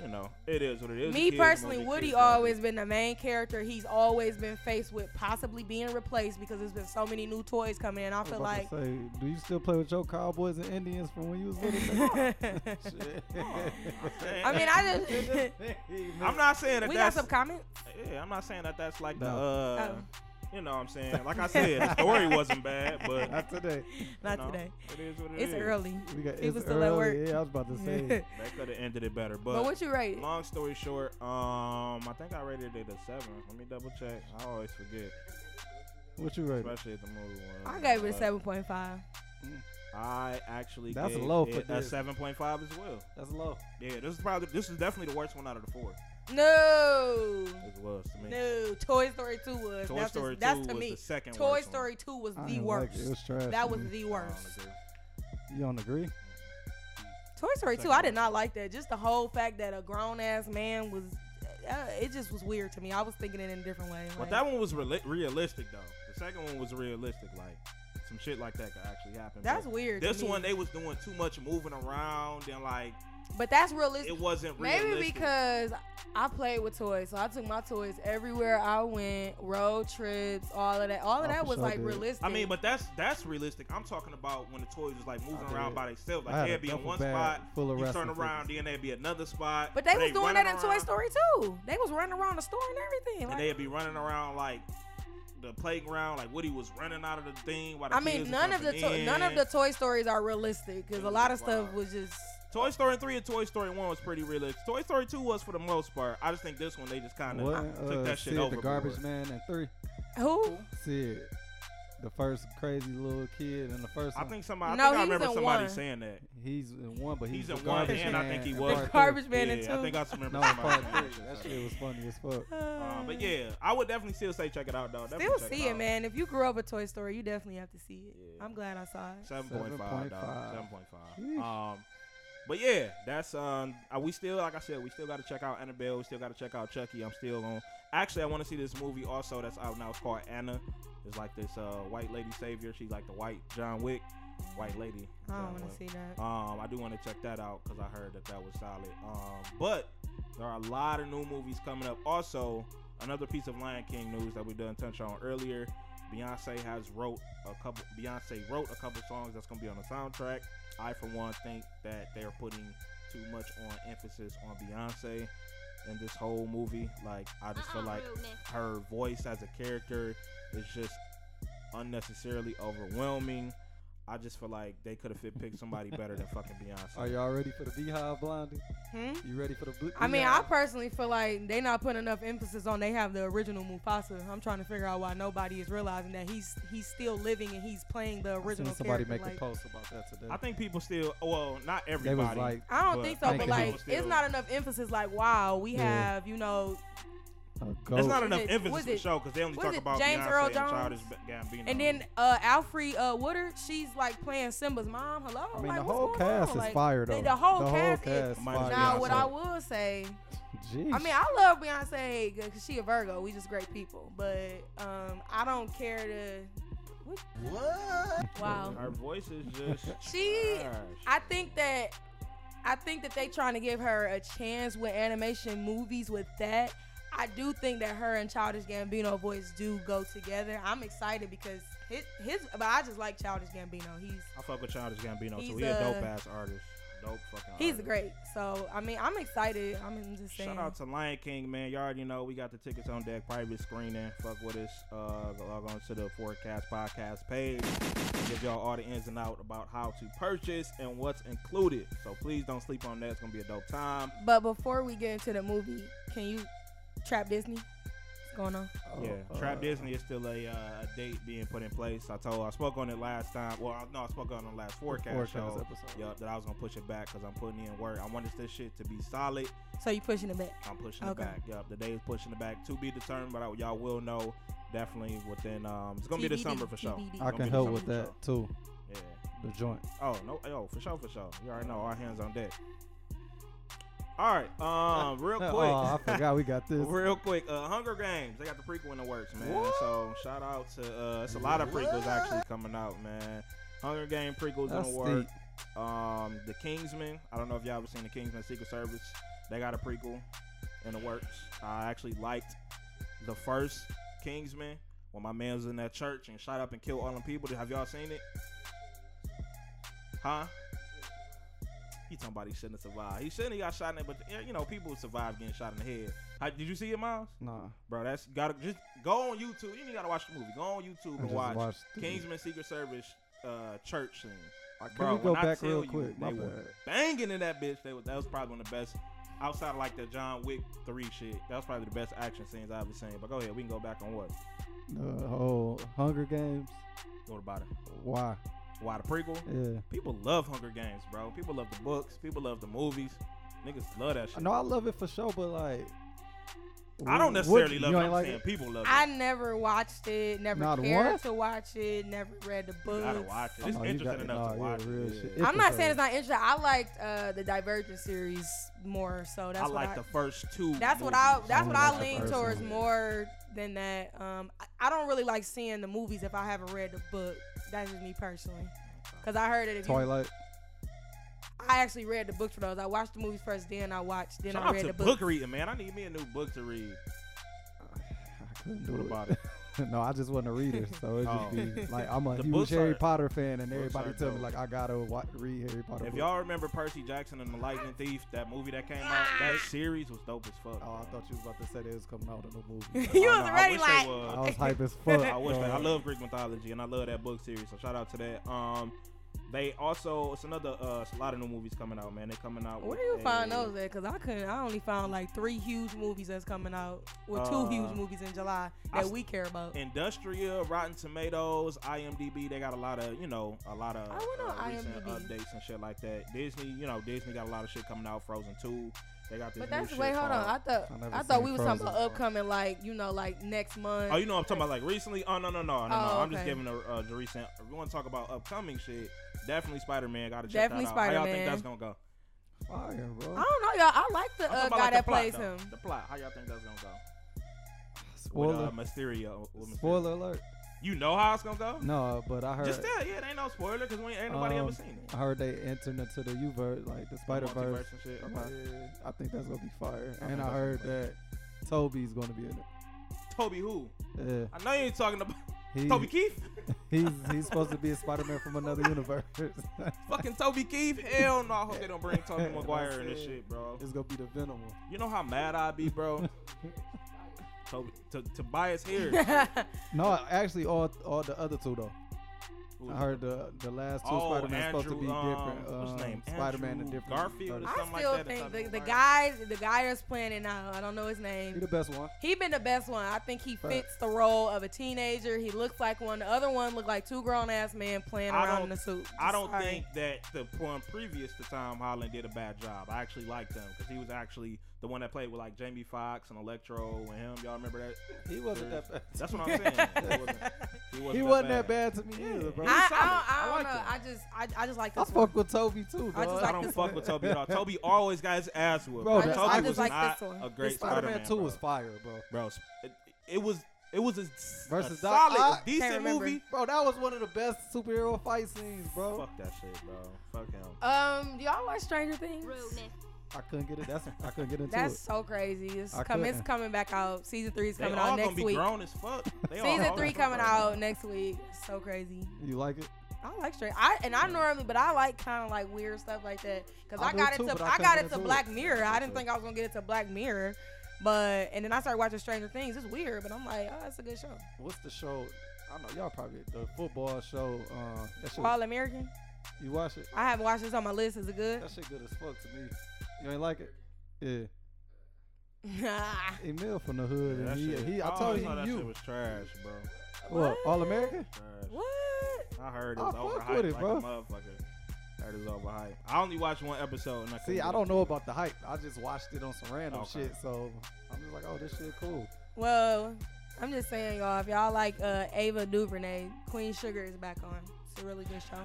D: you know, it is what it is.
C: Me
D: Kids
C: personally,
D: movie,
C: Woody
D: kids movie.
C: always been the main character. He's always been faced with possibly being replaced because there's been so many new toys coming in. I
F: I was
C: feel
F: about
C: like
F: to say, do you still play with your Cowboys and Indians from when you was
D: [LAUGHS]
F: little? [LAUGHS]
C: I
D: Hey,
C: mean, [LAUGHS] I just
D: I'm not saying that
C: we got
D: that's
C: some comments.
D: yeah, I'm not saying that that's like the
F: No.
D: uh,
C: Oh.
D: you know what I'm saying. Like I said, the
C: [LAUGHS]
D: story wasn't bad, but
F: Not today.
C: Not
D: you know,
C: today.
D: It is what it
C: It's
D: is.
C: early.
F: We got
C: [LAUGHS] People
F: it's
C: still at
F: early.
C: work.
F: Yeah, I was about to say.
C: [LAUGHS] but,
D: They could have ended it better, but,
C: what you rate?
D: long story short, um, I think I rated it a seven. Let me double check. I always forget,
F: what you rate? it?
D: especially at the movie one.
C: I gave it a
D: But
C: seven point five.
D: I actually
F: That's
D: gave
F: low for
D: it a
F: this.
D: seven point five as well.
F: That's low.
D: Yeah, this is probably this is definitely the worst one out of the four.
C: No,
D: It was to me.
C: no. Toy Story two was
D: Toy
C: that's,
D: Story
C: just, that's
D: two
C: to
D: was
C: me.
D: the second
C: Toy
D: worst one.
C: Story two was
F: I
C: the
F: ain't like it. It
C: worst.
F: was trash.
C: That
F: to
C: was
F: me.
C: the
D: I don't
C: worst.
D: agree.
F: You don't agree?
C: Toy Story 2, I did not like that. Just the whole fact that a grown ass man was, uh, it just was weird to me. I was thinking it in a different way.
D: But that one was reali- realistic though. The second one was realistic, like some shit like that could actually happen.
C: that's
D: But
C: weird. to
D: This
C: me.
D: one they was doing too much moving around and like
C: but that's realistic.
D: it wasn't
C: Maybe
D: realistic.
C: because I played with toys, so I took my toys everywhere I went, road trips, all of that. All
F: I
C: of that
F: for
C: was
F: sure
C: like
F: did.
C: realistic.
D: I mean, but that's that's realistic. I'm talking about when the toys was like moving
F: I
D: around
F: did.
D: by themselves.
F: I
D: Like
F: had a
D: they'd be in
F: duffel
D: one
F: bag
D: spot,
F: full of
D: you
F: wrestling
D: turn around,
F: figures.
D: then there'd be another spot.
C: But they was doing
D: running
C: that in Toy
D: around,
C: Story too. They was running around the store and everything.
D: and
C: Like,
D: they'd be running around like the playground, like Woody was running out of the thing. While the
C: I mean,
D: kids
C: none
D: were
C: of the
D: jumping
C: to- none of
D: in.
C: the Toy Stories are realistic because a
D: It was
C: lot of stuff
D: wild.
C: was just.
D: Toy Story 3 and Toy Story 1 was pretty realistic. Toy Story 2 was for the most part. I just think this one, they just kind of
F: What?
D: took
F: Uh,
D: that shit
F: Sid
D: over.
F: the garbage man and three.
C: Who?
F: Sid, the first crazy little kid in the first.
D: I
F: one.
D: think somebody,
C: No,
D: I, think I
C: he's
D: remember
C: in
D: somebody
C: one.
D: saying that.
F: he's in one, but he's,
D: He's in
F: the
D: one,
F: garbage
D: and I
F: man
D: think he
F: in
D: was.
F: part
C: The
F: three.
C: garbage man and
D: yeah, I
C: two.
D: think I just remember
F: No,
D: somebody
F: part
D: saying
F: three.
D: that.
F: That shit was funny as fuck.
D: Uh, but yeah, I would definitely still say check it out, though.
C: Still
D: Definitely check
C: see it,
D: out.
C: man. If you grew up with Toy Story, you definitely have to see it. I'm glad I saw it.
D: Seven point five, dog. Seven point
F: Sheesh.
D: five. Um, but yeah, that's um. Are we still like I said? We still got to check out Annabelle. We still got to check out Chucky. I'm still on. Actually, I want to see this movie also that's out now. It's called Anna. It's like this uh white lady savior. She's like the white John Wick, white lady.
C: I don't
D: John
C: want
D: Wick.
C: to see that.
D: Um, I do want to check that out because I heard that that was solid. Um, but there are a lot of new movies coming up. Also, another piece of Lion King news that we done touch on earlier. Beyonce has wrote a couple. Beyonce wrote a couple songs that's gonna be on the soundtrack. I, for one, think that they're putting too much on emphasis on Beyonce in this whole movie. Like, I just feel
A: Uh-uh,
D: like
A: rudeness.
D: her voice as a character is just unnecessarily overwhelming. I just feel like they could have picked somebody better than fucking Beyonce.
F: Are y'all ready for the Beehive Blondie?
C: Hmm?
F: You ready for the? Blue?
C: I mean, I personally feel like they not putting enough emphasis on they have the original Mufasa. I'm trying to figure out why nobody is realizing that he's he's still living and he's playing the
F: I seen
C: original
F: somebody
C: character.
F: make
C: like,
F: a post about that today.
D: I think people still, well, not everybody.
F: they was like,
C: I don't
D: but
C: think
D: I
C: so,
D: think
C: but
D: people
C: like it's
D: still-
C: not enough emphasis. Like, wow, we
F: Yeah.
C: have you know,
F: a
D: It's
F: goat.
D: not
C: Was
D: enough
C: it-
D: emphasis
C: was
D: for
C: it-
D: show because they only
C: was
D: talk
C: it
D: about
C: James
D: Beyonce
C: Earl
D: and
C: Jones?
D: Childish Gambino.
C: and then uh, Alfrey uh, Woodard, she's like playing Simba's mom. Hello,
F: I mean,
C: like,
F: the
C: what's
F: whole
C: going
F: cast
C: on?
F: is
C: Like,
F: fire
C: the-
F: though.
C: The whole cast is.
D: Might as well
F: fire.
C: Now,
D: Beyonce.
C: what I will say,
F: Jeez.
C: I mean, I love Beyonce because she a Virgo. We just great people, but um, I don't care to. What? Wow.
D: her voice is
C: [LAUGHS]
D: just
C: She-
D: trash.
C: I think that I think that they trying to give her a chance with animation movies with that. I do think that her and Childish Gambino voice do go together. I'm excited because his, his but I just like Childish Gambino. He's
D: I fuck with Childish Gambino
C: He's
D: too. He a
C: a-
D: dope ass artist. Dope fucking.
C: he's
D: artist.
C: great. So I mean, I'm excited. I'm just saying.
D: Shout out to Lion King, man. You already know we got the tickets on deck, private screening. Fuck with us. Uh, go- log on to the Forecast Podcast page. Give y'all all the ins and out about how to purchase and what's included. So please don't sleep on that. It's gonna be a dope time.
C: but before we get into the movie, can you trap Disney? What's going on?
F: Oh,
D: yeah,
F: uh,
D: Trap Disney is still a, uh, a date being put in place. I told I spoke on it last time. Well, I- no, I spoke on it on the last forecast,
F: forecast
D: show.
F: episode.
D: Yeah, that I was gonna push it back because I'm putting in work. I wanted this shit to be solid.
C: So you pushing it back?
D: I'm pushing
C: Okay.
D: it back. Yep, the day is pushing it back to be determined, but I, y'all will know definitely within. Um, it's gonna be the
C: TBD,
D: summer for sure.
C: TBD.
D: It's
F: I
D: gonna
F: can
D: be the
F: help
D: summer
F: with
D: for
F: that
D: sure.
F: too.
D: Yeah.
F: The joint.
D: Oh no! Oh, for sure, for sure. You already know. All hands on deck. All right. Um,
F: [LAUGHS]
D: real quick.
F: Oh,
D: [LAUGHS]
F: I forgot we got this.
D: Real quick, uh, Hunger Games. They got the prequel in the works, man. So shout out to uh, it's a lot of prequels actually coming out, man. Hunger Game prequels
F: That's
D: in the works.
F: deep.
D: Um, the Kingsman. I don't know if y'all ever seen the Kingsman Secret Service. They got a prequel in the works. I actually liked the first Kingsman when my man was in that church and shot up and killed all them people. Have y'all seen it? Huh? He talking about he shouldn't have survived. He shouldn't have got shot in it, but you know, people survive getting shot in the head. How, did you see it, Miles?
F: Nah.
D: Bro, that's gotta just go on YouTube. You ain't gotta watch the movie. Go on YouTube
F: I
D: and
F: just
D: watch
F: watched the-
D: Kingsman Secret Service uh, church scene.
F: Uh, Can
D: Bro,
F: we go
D: when I
F: back
D: tell
F: real
D: you,
F: quick? My
D: they were
F: bad.
D: banging in that bitch. They was, that was probably one of the best outside of like the John Wick three shit. That was probably the best action scenes I've ever seen. But go ahead, we can go back on what
F: The whole Hunger Games.
D: what about it?
F: Why?
D: Why the prequel?
F: Yeah.
D: People love Hunger Games, bro. People love the books. People love the movies. Niggas love that shit.
F: No, I love it for sure, but like,
D: I don't
F: would-
D: necessarily
F: you
D: love it.
F: ain't
D: I'm
F: like
D: saying
F: it?
D: people love it.
C: I never watched it, never
F: Not
C: cared
F: once?
C: to watch it, never read the
D: You
C: books.
D: gotta watch it. It's
F: Oh, you
D: interesting
F: got-
D: enough to
F: nah, yeah,
D: watch.
F: real
D: it.
F: shit.
D: Yeah.
C: I'm not
F: episode.
C: saying it's not interesting. I liked uh, the Divergent series more, so that's
D: I
C: what
D: like
C: I,
D: the first two.
C: that's what I
D: movies.
C: that's
F: I
C: what
F: like
C: I
F: the
C: lean
F: first
C: towards
F: one.
C: more than that. Um, I, I don't really like seeing the movies if I haven't read the book. That's just me personally, because I heard it. If you,
F: Twilight.
C: I actually read the books for those. I watched the movies first, then I watched, then
D: Shout
C: I
D: out
C: read
D: to
C: the
D: book
C: book.
D: reading, man. I need me a new book to read.
F: I couldn't do
D: What
F: it.
D: about it?
F: [LAUGHS] no, I just wasn't a reader, so it
D: Oh.
F: just be like I'm a
D: The
F: huge
D: books
F: Harry
D: are-
F: Potter fan, and
D: books
F: everybody
D: are
F: tell me
D: dope.
F: like I gotta wa read Harry Potter.
D: If
F: books.
D: y'all remember Percy Jackson and the Lightning Thief, that movie that came out, that series was dope as fuck.
F: oh, I
D: bro.
F: thought you was about to say they was coming out in a
C: [LAUGHS] [LAUGHS]
F: movie.
C: you
D: I
C: was
D: know, Oh, I
C: already
D: wish they
C: like,
D: was.
F: [LAUGHS]
D: [LAUGHS]
F: I was hype as fuck.
D: I wish
F: [LAUGHS]
D: that. I
F: dog.
D: love Greek mythology and I love that book series. So shout out to that. Um, they also it's another uh, it's a lot of new movies coming out, man. They coming out.
C: where
D: with
C: do you
D: a-
C: find those at? Because I couldn't. I only found like three huge movies that's coming out, or two
D: Uh,
C: huge movies in July
D: I
C: that
D: s-
C: we care about.
D: Industrial, Rotten Tomatoes, IMDb. They got a lot of you know a lot of
C: I went on
D: uh, recent
C: IMDb.
D: updates and shit like that. Disney, you know, Disney got a lot of shit coming out. Frozen Two. They got this.
C: But
D: new
C: that's
D: shit
C: wait, hold on.
D: called-
C: I thought
F: I never
C: I thought
F: seen
C: we was talking
F: Frozen.
C: about upcoming, like you know, like next month.
D: Oh, you know what I'm talking about like recently? Oh no no no no no!
C: Oh,
D: I'm just
C: okay.
D: giving a, uh, the recent. If we want to talk about upcoming shit, definitely Spider Man. Got to check
C: Definitely
D: that out. How y'all think
C: Spider-Man.
D: that's gonna go?
F: Fire, bro.
C: I don't know, y'all. I like the
D: I'm talking
C: uh,
D: about,
C: guy
D: like,
C: that
D: the plot,
C: plays
D: though.
C: him.
D: The plot. How y'all think that's gonna go? With,
F: Spoiler.
D: uh, Mysterio. with Mysterio.
F: Spoiler alert.
D: You know how it's gonna go?
F: No, but I heard.
D: Just tell. Yeah, it ain't no spoiler because we ain't, ain't nobody
F: um,
D: ever seen it.
F: I heard they entering into the U-verse, like the Spider Verse.
D: Multiverse and shit.
F: Yeah,
D: Okay.
F: I think that's gonna be fire.
D: I think
F: and I
D: that's
F: heard
D: gonna
F: that Toby's gonna be in it.
D: Toby who?
F: Yeah,
D: I know you ain't talking about [LAUGHS]
F: he,
D: Toby Keith. [LAUGHS]
F: he's he's supposed to be a Spider-Man from another universe. [LAUGHS]
D: Fucking Toby Keith. Hell no! I hope they don't bring Toby
F: That's what
D: Maguire
F: I
D: in this
F: said.
D: shit, bro.
F: it's gonna be the Venom one.
D: You know how mad I'd be,
F: [LAUGHS]
D: bro. Toby, to, Tobias Harris.
C: [LAUGHS]
F: No, actually, all all the other two though. I heard the the last two
D: Oh,
F: Spider-Man supposed to
D: Andrew,
F: be
D: um,
F: different.
D: what's his name?
F: Spider-Man the
D: Andrew
F: different.
D: Garfield or
F: uh,
C: I
D: something like
C: still
D: that.
C: think the,
D: Something
C: the
D: like
C: guy the guy that's playing it now. I don't know his name.
F: He the best one.
C: He been the best one. I think he
F: Fact.
C: fits the role of a teenager. He looks like one. The other one looked like two grown ass men playing
D: I
C: around
D: don't-
C: in the suit.
D: I don't
C: Sorry.
D: think that the one previous to Tom Holland did a bad job. I actually liked him because he was actually the one that played with like Jamie Foxx and Electro and him. Y'all remember that?
F: He wasn't that bad.
D: That's what I'm saying. He wasn't, he wasn't
F: He wasn't that bad to me
D: Yeah.
F: either, bro.
D: He was
C: I,
D: solid.
C: I, don't-
D: I
C: I, don't
D: liked
C: know.
D: him.
C: I just I, I just like
F: I
C: this one.
F: fuck with Toby too,
C: I
F: dog.
C: just like
D: I don't
C: this
D: fuck
C: one.
D: with Toby at
F: [LAUGHS]
D: all. Toby always got his ass whooped.
F: Bro, I
D: Toby
F: just- I just
D: was
C: like
D: not
C: this one.
D: a
C: The
D: great
F: Spider-Man,
D: Spider-Man.
F: 2
D: bro.
F: was fire, bro.
D: bro. sp- It, it was it was a, s- a
F: Versus Doc
D: solid,
F: Ock.
D: a decent
C: Can't remember.
D: movie.
F: Bro, that was one of the best superhero fight scenes, bro.
D: Fuck that shit, bro. Fuck him.
C: Um, do y'all watch Stranger Things?
A: Rudeness.
F: I couldn't get it. That's I couldn't get into
C: That's
F: it.
C: so crazy. It's,
F: I
C: com- it's
F: couldn't.
C: coming back out. Season three is
D: They
C: coming
D: all
C: out
D: gonna
C: next
D: be
C: week.
D: grown as fuck. They all
C: Season
D: grown
C: three
D: as fuck
C: coming
D: right now.
C: out next week. So crazy.
F: You like it?
C: I like straight. I and I normally, but I like kind of like weird stuff like that because
F: I
C: I,
F: do
C: got
F: too,
C: into
F: but I
C: I,
F: couldn't
C: got
F: get
C: into
F: into
C: Black
F: it.
C: Mirror. I didn't
F: So-
C: think I was gonna get into Black Mirror, but and then I started watching Stranger Things. It's weird, but I'm like, oh, that's a good show.
F: What's the show? I know y'all probably the football show. Uh, that shit,
C: All American.
F: you watch it?
C: I haven't watched this on my list. Is it good?
F: That shit good as fuck to me. You ain't like it? Yeah. Emil from the hood.
D: That
F: and he,
D: shit-
F: he, I
D: always thought
F: told you,
D: that shit
F: you.
D: was trash, bro.
C: [LAUGHS]
F: What?
C: What?
F: All American?
D: Trash.
C: what?
D: I heard it
F: I
D: was
F: fuck
D: overhyped
F: with it,
D: like
F: bro.
D: a motherfucker. I heard it was overhyped. I only watched one episode and I couldn't
F: See, I
D: get
F: don't
D: into
F: know
D: it.
F: about the hype. I just watched it on some random
D: Okay.
F: shit, so I'm just like, oh, this shit cool.
C: Well, I'm just saying, y'all. If y'all like uh, Ava DuVernay, Queen Sugar is back on. It's a really good show.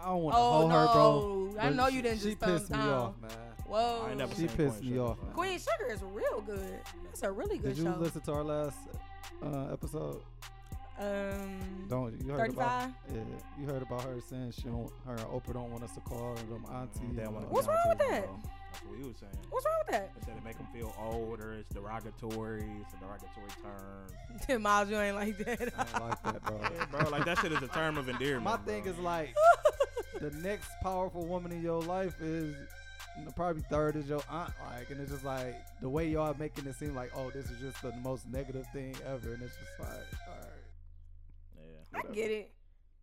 F: I don't want to
C: Oh
F: hold her, bro.
C: no! I
F: but
C: know you didn't
F: She
C: just thumbs
F: pissed me
C: down.
F: off, man.
C: Whoa.
D: I ain't never
F: She
D: seen
F: pissed
D: Queen
F: me
D: Sugar,
F: off,
D: bro.
F: man.
C: Queen Sugar is real good. That's a really good
F: Did you
C: show.
F: listen to our last uh, episode?
C: um,
F: Don't you heard about?
C: 35.
F: Yeah, you heard about her saying she don't, her and Oprah don't want us to call her them auntie.
D: Mm, they don't wanna
F: and all
D: be
C: What's
F: that.
D: on
C: wrong with
D: TV,
C: that?
D: bro. That's what we was saying.
C: What's wrong with [LAUGHS]
D: They said it make them feel older. It's derogatory. It's a derogatory term.
C: that? Miles, you ain't like
F: I
C: that.
F: don't like that,
D: [LAUGHS]
F: bro.
D: Yeah, bro, like that shit is a term of endearment.
F: My
D: bro.
F: thing
C: [LAUGHS]
F: is like the next powerful woman in your life is you know, probably third is your aunt, like, and it's just like the way y'all making it seem like, oh, this is just the most negative thing ever, and it's just like, all right.
D: yeah.
C: [LAUGHS] I get it.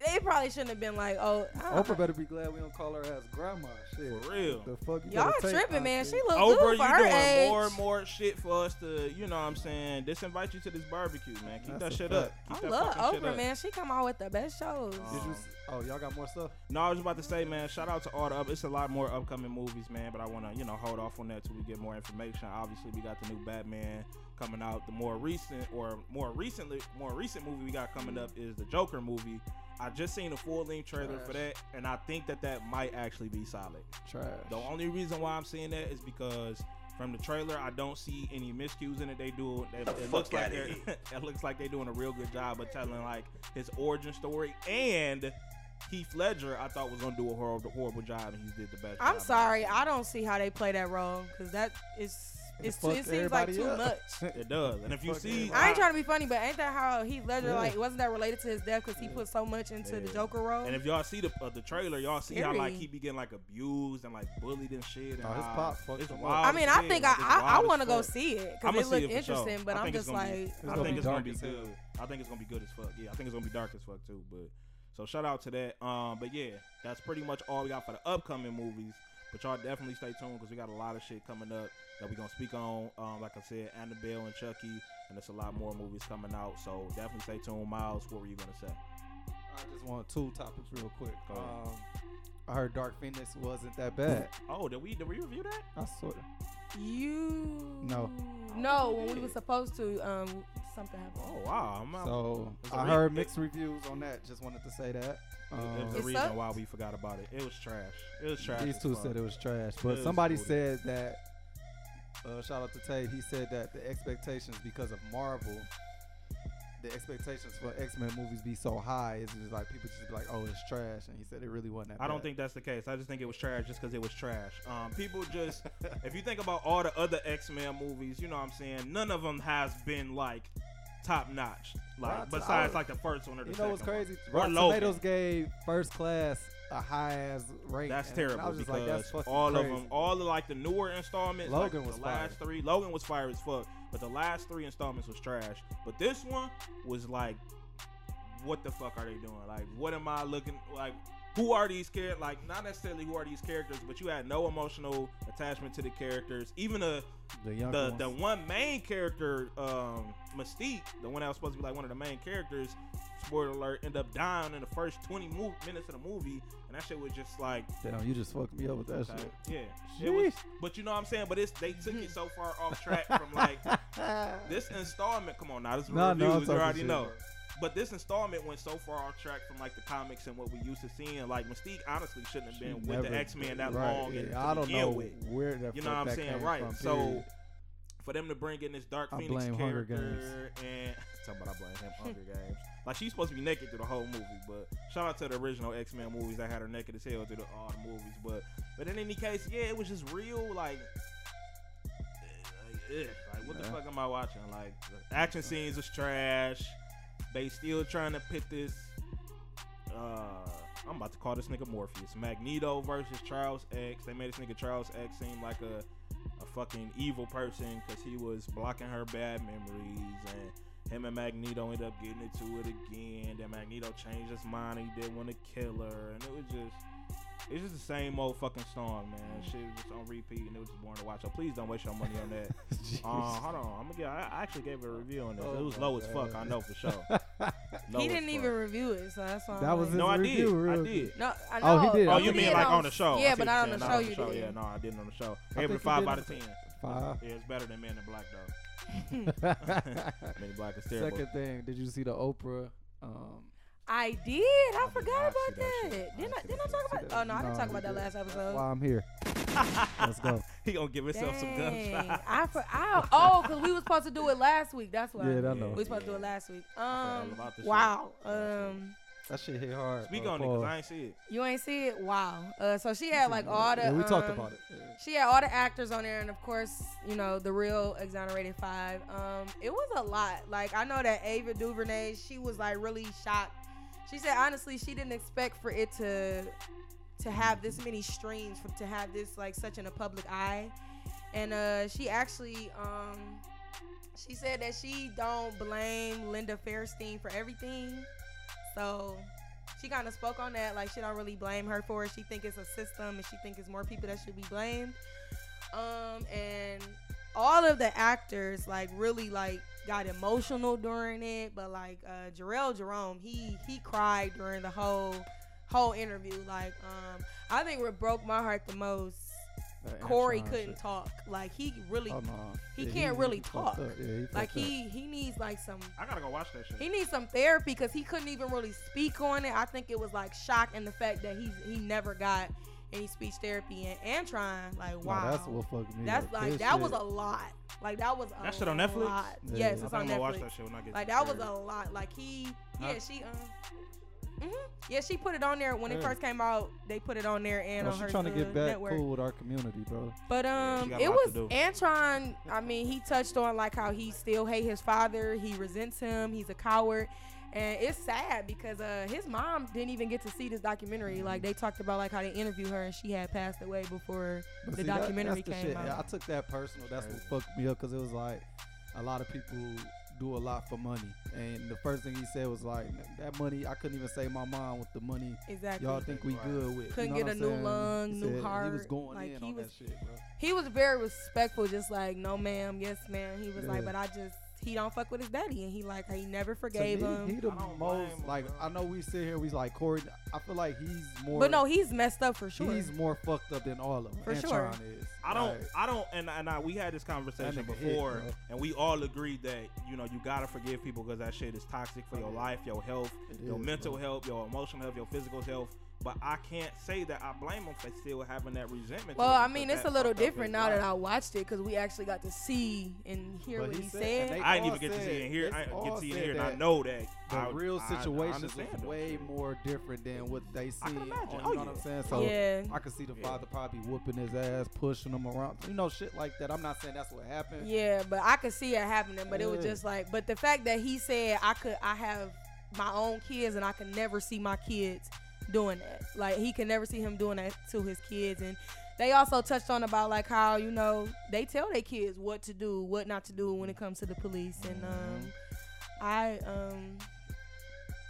C: They probably shouldn't have been like, oh, I don't
F: Oprah better be glad we don't call her as grandma. Shit,
D: For real.
F: The fuck you
C: y'all
F: gotta take,
C: tripping, man.
F: auntie?
C: She look
D: Oprah,
C: good
D: you
C: for
D: doing
C: her age.
D: more and more shit for us to, you know what I'm saying, disinvite you to this barbecue, man. Keep
F: That's
D: that
F: a
D: shit
F: fact.
D: up. Keep
C: I
D: that
C: love
D: fucking shit
C: Oprah,
D: up.
C: man. She come out with the best shows.
D: Uh,
F: Did you? s- Oh, y'all got more stuff.
D: No, I was about to say, man, shout out to all the up. It's a lot more upcoming movies, man, but I want to, you know, hold off on that till we get more information. Obviously, we got the new Batman coming out. The more recent, or more recently, more recent movie we got coming up is the Joker movie. I just seen a full length trailer for that, and I think that that might actually be solid.
F: Trash.
D: The only reason why I'm saying that is because from the trailer, I don't see any miscues in it. They do. They, it looks
B: fuck
D: like
B: outta
D: they're, [LAUGHS] it looks like they're doing a real good job of telling like his origin story. And Heath Ledger, I thought was gonna do a horrible, horrible job, and he did the best.
C: I'm
D: job.
C: sorry, I don't see how they play that role because that is it's too,
F: fucked
C: it seems like
F: everybody
C: too
F: up. [LAUGHS]
C: much.
D: It does. And if you
F: Fuck
D: see,
C: I ain't trying to be funny, but ain't that how Heath Ledger
F: Yeah.
C: like? Wasn't that related to his death because he put so much into the
D: Yeah.
C: Joker role?
D: And if y'all see the uh, the trailer, y'all see how like
C: Scary.
D: he be getting like abused and like bullied and shit. And
F: Oh, his
D: how
F: pop fucked
D: it's
F: him up.
D: wild
C: I
D: as
C: mean, I
D: shit,
C: think
D: like,
C: I
D: it's
C: I, I
D: wild as
C: want to go
D: fuck.
C: see it
D: I'm
C: because it
D: see
C: looked
D: it for sure.
C: interesting, but
D: I
C: I'm
D: think it's
C: just
D: gonna
C: like,
D: be-
F: It's
D: I
F: gonna
D: think
F: be
D: it's gonna
F: dark
D: be
F: as
D: good.
F: hell.
D: I think it's gonna be good as fuck. Yeah, I think it's gonna be dark as fuck too. But so shout out to that. Um, but yeah, that's pretty much all we got for the upcoming movies. But y'all definitely stay tuned because we got a lot of shit coming up that we're gonna speak on. Um, like I said, Annabelle and Chucky, and there's a lot more movies coming out. So definitely stay tuned. Miles, what were you gonna say?
F: I just want two topics real quick.
D: Go
F: Um,
D: ahead.
F: I heard Dark Phoenix wasn't that bad.
D: Oh, did we did we review that?
F: I swear.
C: you
F: No.
C: no
D: we
C: when we
D: did.
C: were supposed to um something happened.
D: Oh wow, I'm out.
F: So
D: It's a
F: I
D: re-
F: heard
D: it-
F: mixed reviews on that. Just wanted to say that.
D: it was the
C: It
F: Um,
D: reason
C: sucked?
D: why we forgot about it. It was trash. It was trash.
F: these
D: as
F: two
D: fuck.
F: said it was trash,
D: It
F: but
D: was
F: somebody
D: booty.
F: said that. Uh, shout out to Tate. He said that the expectations because of Marvel, the expectations for X Men movies be so high. It's just like people just be like, oh, it's trash, and he said it really wasn't that.
D: I don't
F: bad.
D: think that's the case. I just think it was trash just because it was trash. Um, people just, if you think about all the other X Men movies, you know what I'm saying? None of them has been like top notch. Like,
F: Rotten-
D: besides
F: I-
D: like the first one or the
F: You know
D: second
F: what's crazy?
D: One. Or
F: Rotten
D: Logan.
F: Tomatoes gave First Class a high ass rating.
D: That's
F: and- and
D: terrible
F: I was just like,
D: because
F: that's fucking
D: all
F: crazy.
D: of them, all the like the newer installments,
F: Logan
D: like,
F: was
D: the last
F: fire.
D: three. Logan was fire as fuck, but the last three installments was trash. But this one was like what the fuck are they doing? Like, what am I looking like? Who are these characters? Like, not necessarily who are these characters, but you had no emotional attachment to the characters. Even the
F: The young
D: the
F: ones.
D: the one main character, um, Mystique, the one that was supposed to be like one of the main characters. Spoiler alert! End up dying in the first twenty mo- minutes of the movie, and that shit was just like
F: Damn, you just fucked me up with that
D: Okay.
F: shit.
D: Yeah, it was.
F: Sheesh.
D: But you know what I'm saying. But it's they took it so far off track from
F: [LAUGHS]
D: like this installment. Come on now, this is
F: Nah, nah, I'm
D: reviews. you
F: talking
D: already
F: shit.
D: know. But this installment went so far off track from like the comics and what we used to seeing. Like Mystique honestly shouldn't have been with the
F: Never-
D: X Men that
F: right,
D: long.
F: yeah,
D: and to
F: I don't
D: begin
F: know
D: With.
F: where the
D: You know
F: fuck
D: what I'm
F: that
D: saying,
F: came
D: right?
F: from,
D: so
F: period.
D: for them to bring in this Dark
F: I
D: Phoenix
F: blame Hunger
D: character and [LAUGHS] talking about I blame him Hunger Games. Like she's supposed to be naked through the whole movie, but shout out to the original X Men movies that had her naked as hell through the, all the movies. But but in any case, yeah, it was just real. Like, eh, like, eh, like what the
F: Yeah.
D: fuck am I watching? Like the action scenes was trash. They still trying to pit this. Uh, I'm about to call this nigga Morpheus. Magneto versus Charles X. They made this nigga Charles X seem like a a fucking evil person because he was blocking her bad memories and him and Magneto ended up getting into it again. Then Magneto changed his mind and he didn't want to kill her. And it was just, it's just the same old fucking song, man. Shit was just on repeat and it was just boring to watch. So please don't waste your money on
F: [LAUGHS]
D: that. uh, hold on, I'm gonna get. I I actually gave a review on this.
F: Oh
D: it was
F: my
D: low as fuck.
F: God.
D: I know for sure. Low
C: he
D: as
C: didn't
D: fuck.
C: even review it, so that's why. I'm
F: That was
C: like,
D: No, I
F: Review,
D: did. I
F: real.
D: did.
C: no. I know.
F: Oh, he did.
D: Oh,
F: Oh,
D: you
F: he
D: mean
F: did
D: like on the show? I
C: Yeah,
D: see
C: but
D: what you're
C: not on the
D: saying.
C: show. You did.
D: Yeah, no, I didn't on the show.
F: I
D: I gave it a
F: think you
D: five
F: did
D: out
F: on
D: of ten.
F: Five.
D: Yeah, it's better than Man in Black though. Man in Black is terrible. [LAUGHS]
F: Second thing, did you see the Oprah? Um,
C: I did. I,
D: did
C: forgot
D: not see
C: about
D: that
C: that.
D: shit. I
C: Didn't I?
D: did
C: Didn't
D: not
C: I talk about?
F: see that.
C: Oh no, I didn't
F: No,
C: talk
F: you
C: about that
F: did.
C: last
F: that's
C: episode.
F: why I'm here. Let's go.
D: he gonna give himself some
C: Dang,
F: [LAUGHS]
D: gunshots.
C: I for I, oh, cause we was supposed to do it last week. That's why.
F: Yeah, that
D: Yeah.
F: know.
C: we was supposed to do it last week.
D: all
C: Um,
D: about this
C: wow.
D: shit.
C: Um,
F: That shit hit hard.
D: Speak
F: bro.
D: on it, cause
F: Pause.
D: I ain't see it.
C: you ain't see it. Wow. Uh, so she had like all the.
F: Yeah, we talked
C: um,
F: about it. Yeah.
C: She had all the actors on there, and of course, you know the real exonerated five. Um, it was a lot. Like I know that Ava DuVernay, she was like really shocked. She said honestly, she didn't expect for it to to have this many streams, for, to have this like such in a public eye. And uh, she actually, um, she said that she don't blame Linda Fairstein for everything. So she kind of spoke on that like she don't really blame her for it she think it's a system and she think it's more people that should be blamed um and all of the actors like really like got emotional during it but like uh Jarrell Jerome he he cried during the whole whole interview like um I think what broke my heart the most
F: That
C: Corey
F: Antron
C: couldn't
F: shit.
C: talk like he really
F: Oh, no.
C: he
F: Yeah,
C: can't really
F: fucked
C: talk.
F: up. Yeah, he
C: like
F: fucked up.
C: he he needs like some
D: I gotta go watch that shit.
C: he needs some therapy because he couldn't even really speak on it. I think it was like shock and the fact that he he never got any speech therapy and Antron. Like
F: Nah,
C: wow,
F: that's what fucked me.
C: That's
F: up.
C: like
F: This
C: that was
F: shit-
C: a lot. Like that was a
D: That shit on Netflix?
C: lot.
F: Yeah.
C: Yes,
D: I
C: it's
D: think
C: on
D: I'm gonna watch
C: Netflix.
D: that shit when I get.
C: Like
D: to
C: that was
D: Saturday.
C: a lot. Like he yeah
D: Huh?
C: she um. hmm Yeah, she put it on there when it first came out. They put it on there and on
F: Bro, Oh, she
C: her
F: trying to
C: uh,
F: get back
C: network.
F: cool with our community, bro.
C: But
D: Yeah, she
C: um,
D: got a
C: it
D: lot to
C: was
D: do.
C: Antron. I mean, he touched on like how he still hate his father. He resents him. He's a coward, and it's sad because uh, his mom didn't even get to see this documentary. Like they talked about like how they interviewed her and she had passed away before
F: But
C: the
F: see, that-
C: documentary
F: that's the
C: came
F: shit.
C: out.
F: I took that personal. That's what fucked me up because it was like a lot of people do a lot for money, and the first thing he said was like, "That money, I couldn't even save my mom with the money."
C: exactly.
F: Y'all think we good with?
C: Couldn't
F: You
C: get
F: know what
C: a
F: I'm
C: new
F: saying?
C: lung,
F: He
C: new
F: said He was
C: heart.
F: going
C: Like,
F: in
C: he
F: on
C: was-
F: that shit, bro.
C: he was very respectful, just like no ma'am, yes ma'am. He was like,
F: Yeah.
C: but I just he don't fuck with his daddy, and he like he never
F: To
C: forgave
F: me,
C: him.
F: He the
D: I don't blame
F: most
D: him,
F: like
D: bro.
F: I know we sit here. We like Corey. I feel like he's more.
C: but no, he's messed up for sure.
F: he's more fucked up than all of them.
C: For
F: Antron
C: sure.
F: is.
D: I don't.
F: Like,
D: I don't. And and I, we had this conversation
F: nigga hit,
D: before,
F: bro.
D: and we all agreed that you know you gotta forgive people because that shit is toxic for your life, your health,
F: It
D: your
F: is,
D: mental
F: bro.
D: health, your emotional health, your physical health. But I can't say that I blame him for still having that resentment.
C: Well,
D: towards
C: I
D: him 'cause
C: mean, it's a
D: that
C: little
D: fucked up
C: different
D: his
C: now that
D: life.
C: I watched it because we actually got to see and hear
F: But
C: what
F: he
C: he,
F: said-
C: said.
F: and they-
D: I didn't
F: all
D: even get to
F: said-
D: see and hear. I
F: they
D: didn't get
F: all
D: to see and
F: said
D: hear, and I
F: that
D: know that
F: the
D: I-
F: real
D: I- I
F: situation is
D: understand them
F: way
D: shit.
F: more different than what they see.
D: I can
F: on-
D: imagine. Oh,
F: You know what
D: yeah.
F: I'm saying? So
C: Yeah.
F: I could see the
D: Yeah.
F: father probably whooping his ass, pushing him around, you know, shit like that. I'm not saying that's what happened.
C: yeah, but I could see it happening. But it was
F: Yeah.
C: just like, but the fact that he said I could, I have my own kids and I can never see my kids doing that. Like he can never see him doing that to his kids. And they also touched on about like how you know they tell their kids what to do, what not to do when it comes to the police. And um, I um,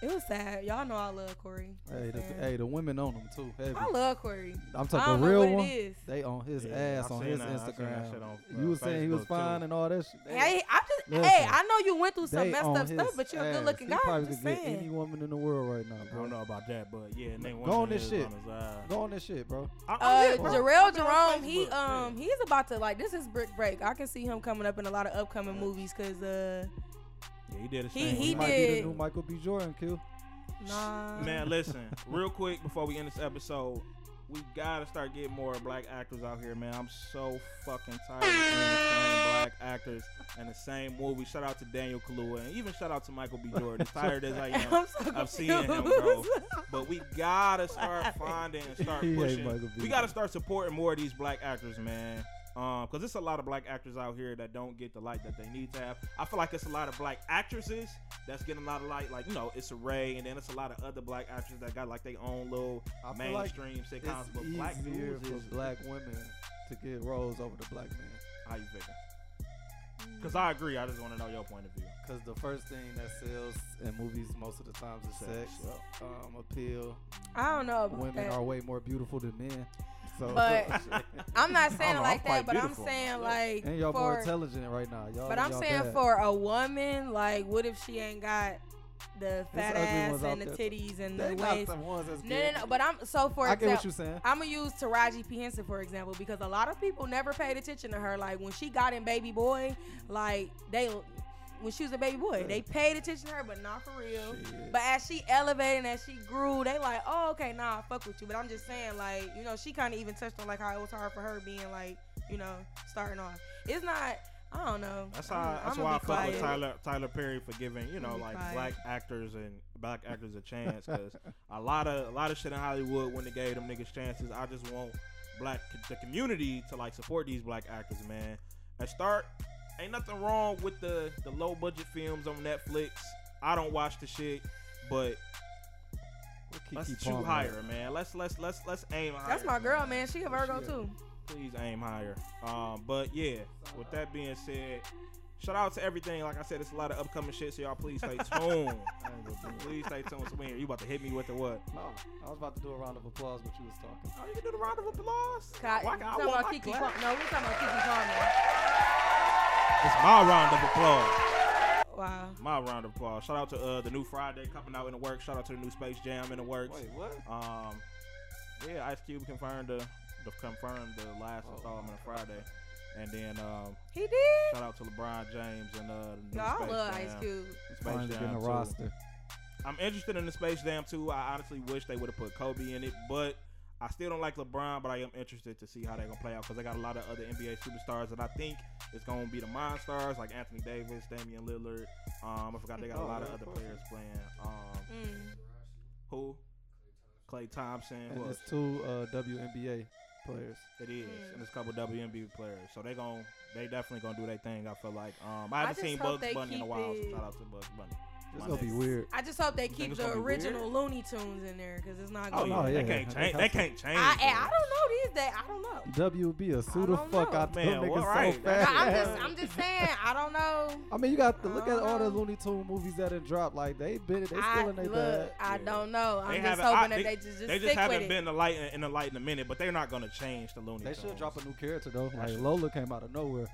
C: It was sad. Y'all know I love Corey.
F: Hey, the,
C: Sad.
F: hey, the women on him too. Heavy.
C: I love Corey.
F: I'm
C: I don't
F: talking
C: know
F: real
C: what it
F: one.
C: is.
F: They on his
D: Yeah,
F: ass
D: I
F: on
D: seen
F: his
D: that- I seen that shit
F: Instagram.
D: on,
F: you
D: uh,
F: was saying he was
D: Facebook, too.
F: fine and all that shit. They-
C: Hey, I just hey,
F: Listen.
C: I know you went through some
F: they
C: messed
F: on
C: up stuff,
F: his
C: but you're a
F: ass.
C: good looking
F: he
C: guy. I'm
F: Probably
C: just
F: could get any
C: saying.
F: woman in the world right now,
D: I
F: bro.
D: don't know about that, but yeah, and they
F: Go
D: want
F: on
D: to
F: this
D: hit
F: shit.
D: on his eye.
F: Go on this shit, bro.
D: I- I'm
C: Uh,
D: lit, bro.
C: Jarrell
D: I've been on
C: Jerome, he
D: Facebook,
C: um
D: yeah.
C: he's about to like this is brick break. I can see him coming up in a lot of upcoming movies because uh [LAUGHS]
D: yeah, he did his
C: he-
D: thing.
C: he
F: might be
C: did.
F: the new Michael B. Jordan, kill.
C: nah
D: Man, listen, real quick before we end this episode, we gotta start getting more black actors out here, man. I'm so fucking tired of seeing the same black actors in the same movie. Shout out to Daniel Kaluuya and even shout out to Michael B.
C: [LAUGHS]
D: Jordan. As tired as I am.
C: I'm so
D: of seeing him, bro.
C: confused.
D: But we gotta start finding and start
F: [LAUGHS] He hate
D: pushing.
F: Michael B.
D: We gotta start supporting more of these black actors, man. Um, cause it's a lot of black actors out here that don't get the light that they need to have. I feel like it's a lot of black actresses that's getting a lot of light, like you know, it's a Ray, and then it's a lot of other black actors that got like their own little
F: I feel like
D: mainstream
F: It's
D: sitcoms. But black
F: easier
D: dudes
F: for
D: is
F: black women to get roles over the black man.
D: how you figure? Cause I agree. I just want to know your point of
F: [LAUGHS]
D: view.
F: Because the first thing that sells in movies most of the times is sex, um, appeal.
C: [LAUGHS] I don't know about
F: Women
C: that.
F: are way more beautiful than men. So,
C: But- [LAUGHS] I'm not saying
D: know,
C: it
D: I'm
C: like that,
D: quite
C: but I'm
D: beautiful.
C: saying like
F: [LAUGHS] and y'all more
C: for
F: intelligent right now. Y'all,
C: but I'm
F: y'all
C: saying
F: bad.
C: for a woman, like what if she ain't got the fat
F: ugly
C: ass
F: ones
C: and the
F: out there.
C: titties and
F: they
C: the
F: not
C: waist?
F: the ones that's
C: No, no, no. But I'm so for
F: I get what
C: example,
F: you're saying.
C: I'm gonna use Taraji P Henson for example because a lot of people never paid attention to her. Like when she got in Baby Boy, like they when she was a baby boy, they paid attention to her, but not for real.
F: Shit.
C: But as she elevated and as she grew, they like, oh okay, nah, I fuck with you. But I'm just saying, like you know, she kind of even touched on like how it was hard for her being like you know starting off. It's not. I don't know.
D: That's
C: I'm-
D: why. That's
C: I'ma
D: why I
C: be
D: fuck
C: quiet.
D: with Tyler Tyler Perry for giving you know
C: Be
D: like
C: quiet.
D: black actors and black actors a chance because a lot of a lot of shit in Hollywood when they gave them niggas chances, I just want black the community to like support these black actors, man. And start ain't nothing wrong with the the low budget films on Netflix. I don't watch the shit, but let's
F: Keke
D: shoot
F: Palmer.
D: higher, man. Let's let's let's let's aim higher.
C: That's my girl, man. She a Virgo
D: Shit.
C: too.
D: please aim higher. Um, but yeah, with that being said, shout out to everything. Like I said, it's a lot of upcoming shit, so y'all please
F: [LAUGHS]
D: stay tuned. please stay tuned. So, man, you about to hit me with the what?
F: No, I was about to do a round of applause, but you was talking.
D: Oh, you can do the round of applause.
C: Ka-
D: Why- I
C: we talking
D: want
C: about
D: my
C: Kiki
D: clap.
C: Palmer. No, we're talking about Kiki Palmer.
D: It's my round of applause.
C: Wow.
D: My round of applause. Shout out to uh, the new Friday coming out in the works. Shout out to the new Space Jam in the works.
F: Wait, what?
D: Um, yeah, Ice Cube confirmed the, the confirmed the last
F: Oh.
D: installment of Friday, and then um,
C: He did?
D: shout out to LeBron James and uh, the new
C: No, I
D: Space
C: love
D: Jam.
C: Ice Cube.
D: Space
F: Finally
D: Jam
F: getting a
D: 2.
F: roster.
D: I'm interested in the Space Jam too. I honestly wish they would have put Kobe in it, but I still don't like LeBron. But I am interested to see how they're gonna play out because they got a lot of other NBA superstars that I think is gonna be the mind stars like Anthony Davis, Damian Lillard. Um, I forgot they got a
F: Oh,
D: lot of
F: yeah,
D: other
F: of course.
D: players playing. Um,
C: Mm.
D: who? Clay Thompson.
F: And
D: Who else?
F: it's two uh, WNBA players.
D: It is,
C: Mm.
D: and it's a couple WNBA players. So they gon' they definitely gonna do their thing. I feel like. Um,
C: I
D: I haven't
C: just
D: seen
C: hope
D: Bugs
C: they
D: Bunny in a
C: keep
D: while. So
C: it-
D: shout out to Bugs Bunny.
F: It's
D: My
F: gonna be
D: nigga.
F: weird.
C: I just hope they
D: think
C: keep
D: it's
C: the
D: gonna be weird?
C: original Looney Tunes in there because it's not
D: Oh
C: going
D: yeah,
F: Oh,
D: they
F: yeah.
D: can't
F: They
D: change. They
F: got
D: can't change.
C: I,
D: man.
C: I don't know these days. I don't know.
D: [LAUGHS]
F: WB a sue the
C: don't
F: fuck
C: know.
F: out them
D: Man, well,
F: niggas so
D: right.
F: fast.
C: I, am just, I'm just saying. I don't know.
F: I mean, you got to look
C: I
F: at
C: don't
F: all the
C: know.
F: Looney Tune movies that have dropped. Like they been, they still
C: Um, I
F: in their
C: look.
F: bag.
C: I
D: Yeah.
C: don't know. I'm just
D: haven't-
C: hoping
D: I-
C: that they just, just
D: they just
C: stick
D: haven't
C: with it.
D: been the light in the light in a minute, but they're not gonna change the Looney.
F: They should
D: Tunes.
F: drop a new character though. Like
D: should-
F: Lola came out of nowhere.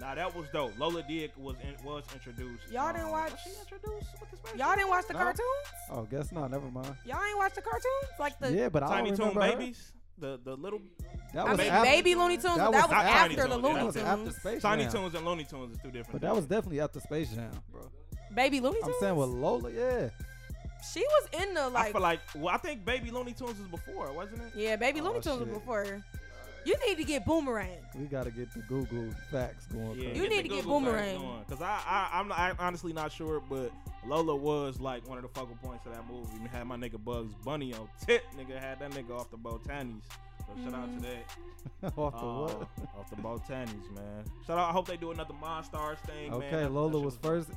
D: Nah, that was dope. Lola Dick was in, was introduced.
C: Y'all didn't
D: Um,
C: watch-
D: Was she introduced with the Space
C: Y'all
D: Jam?
C: didn't watch the
F: No.
C: cartoons?
F: Oh, guess not. Never mind.
C: Y'all ain't watch the cartoons? Like the
F: yeah, but I
D: Tiny
F: don't
D: Toon
F: remember her.
D: Babies. The the little
F: That
C: I
F: was
C: mean,
F: after,
C: baby Looney Tunes,
F: that
C: but that
F: was
C: was
D: not Tiny
C: after the
D: Toons,
F: that
C: Looney
F: was after
C: Tunes.
F: Space
D: Tiny
F: Jam.
D: Toons and Looney Tunes is two different.
F: But that was
D: things.
F: definitely after Space Jam, bro.
C: Baby Looney
F: I'm
C: Tunes.
F: saying with Lola, yeah.
C: she was in the
D: I
C: like
D: feel like well, I think Baby Looney Tunes was before, wasn't it?
C: Yeah, baby
F: Oh,
C: Looney Tunes was
F: shit.
C: before. You need to get boomerang.
F: We gotta get the Google facts going.
C: You
F: Yeah.
C: need to get Boomerang.
D: because I, I I'm not, I'm honestly not sure, but Lola was like one of the focal points of that movie. We had my nigga Bugs Bunny on tip, nigga had that nigga off the Botanis. So shout
C: Mm-hmm.
D: out to that.
F: [LAUGHS] Off the
D: Uh,
F: what?
D: off the Botanis, man. Shout out. I hope they do another Monstars thing, man.
F: Okay,
D: That- that
F: Lola
D: shit
F: was first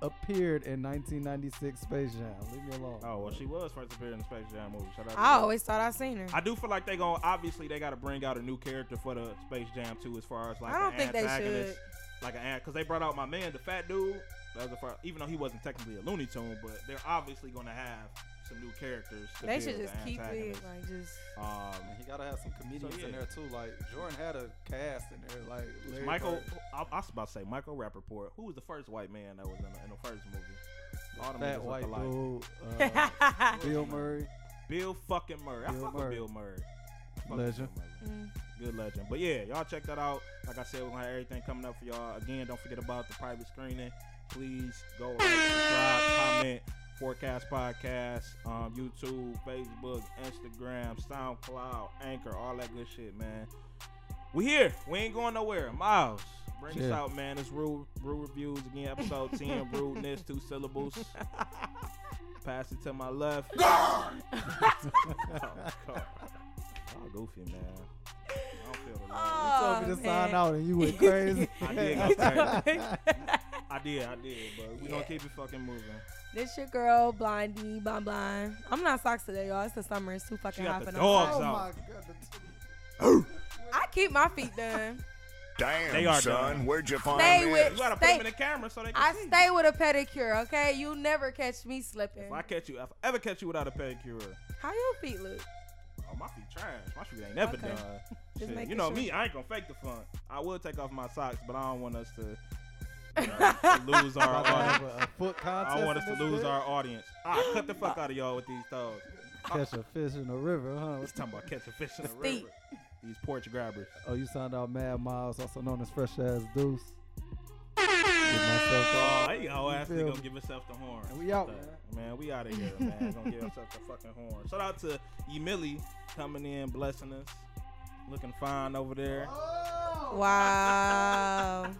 F: appeared in 1996 Space Jam. Leave me alone.
D: Oh well, she was first appeared in the Space Jam movie. Shout out. to
C: I
D: her.
C: always thought I seen her.
D: I do feel like they gonna obviously they gotta bring out a new character for the Space Jam too, as far as like
C: I don't
D: an
C: think they
D: antagonist, like an because they brought out my man, the fat dude. That was the first, even though he wasn't technically a Looney Tune, but they're obviously going to have some new characters. To
C: They
D: build
C: should
D: the
C: just keep it
D: antagonist.
C: like just.
D: Um,
F: And he gotta have some comedians in
D: yeah.
F: there too. Like Jordan had a cast in there, like Larry
D: Michael,
F: Bird,
D: I, I was about to say Michael Rappaport, who was the first white man that was in the, in the first movie. All them niggas
F: fat
D: look
F: white
D: alike.
F: dude,
D: [LAUGHS]
F: uh, [LAUGHS] Bill Murray.
D: Bill fucking Murray. I
F: Bill
D: fuck with
F: Murray.
D: Bill Murray. I fuck with
F: Legend.
D: Bill Murray.
C: Mm.
D: Good legend. But yeah, y'all check that out. Like I said, we're gonna have everything coming up for y'all. Again, don't forget about the private screening. Please go like, subscribe, comment, forecast podcast, um, YouTube, Facebook, Instagram, SoundCloud, Anchor, all that good shit, man. We here. We ain't going nowhere. Miles, bring us
F: Yeah.
D: out, man. It's Rule Rule Reviews again, episode ten. Rudeness, two syllables. Pass it to my left. Oh, God. Y'all goofy, man. I don't feel the love.
F: You told me to sign out [LAUGHS] and you went crazy.
C: [LAUGHS]
D: I did go crazy.
C: out.
D: I did, I did, but we gonna
C: Yeah.
D: keep it fucking moving.
C: [LAUGHS] This your girl, Blondie, Blond Blond. I'm not socks today, y'all. It's the summer. It's too fucking
D: She got
C: hot.
D: the
C: and I'm
D: dogs
F: oh
C: sorry.
D: out.
F: my goodness.
C: I keep my feet
D: [LAUGHS]
C: done. Oh
H: Damn,
D: They are
H: son,
D: done.
H: where'd you find
C: Stay
H: this?
C: with-
D: You gotta put
C: Stay-
D: them in the camera so they can
C: I
D: see.
C: stay with a pedicure, okay? You never catch me slipping.
D: If I catch you, if I ever catch you without a pedicure,
C: How your feet look?
D: oh my feet trash. My feet ain't never
C: Okay.
D: done.
C: [LAUGHS] Just
D: Shit,
C: making
D: You know
C: sure.
D: me, I ain't gonna fake the fun. I will take off my socks, but I don't want us to
C: [LAUGHS]
D: you know, lose our
F: About to
D: audience.
F: have a- a foot contest
D: I don't want us
F: in
D: to
F: this
D: lose
F: bitch?
D: our audience. I cut the fuck out of y'all with these toes.
F: catch a fish in the river, huh?
D: It's time about catching fish in the
C: Steep.
D: river. These porch grabbers.
F: Oh, you signed out Mad Miles, also known as Fresh Ass Deuce.
D: [LAUGHS] Oh, hey, yo, ass
F: feel
D: nigga gonna
F: me?
D: give himself the horn.
F: And we out,
D: Fuck,
F: man.
D: Man, we out of here, man. Gonna give ourselves the fucking horn. Shout out to Emily coming in,
F: Oh,
D: Oh. blessing us. Looking fine over there.
C: Wow.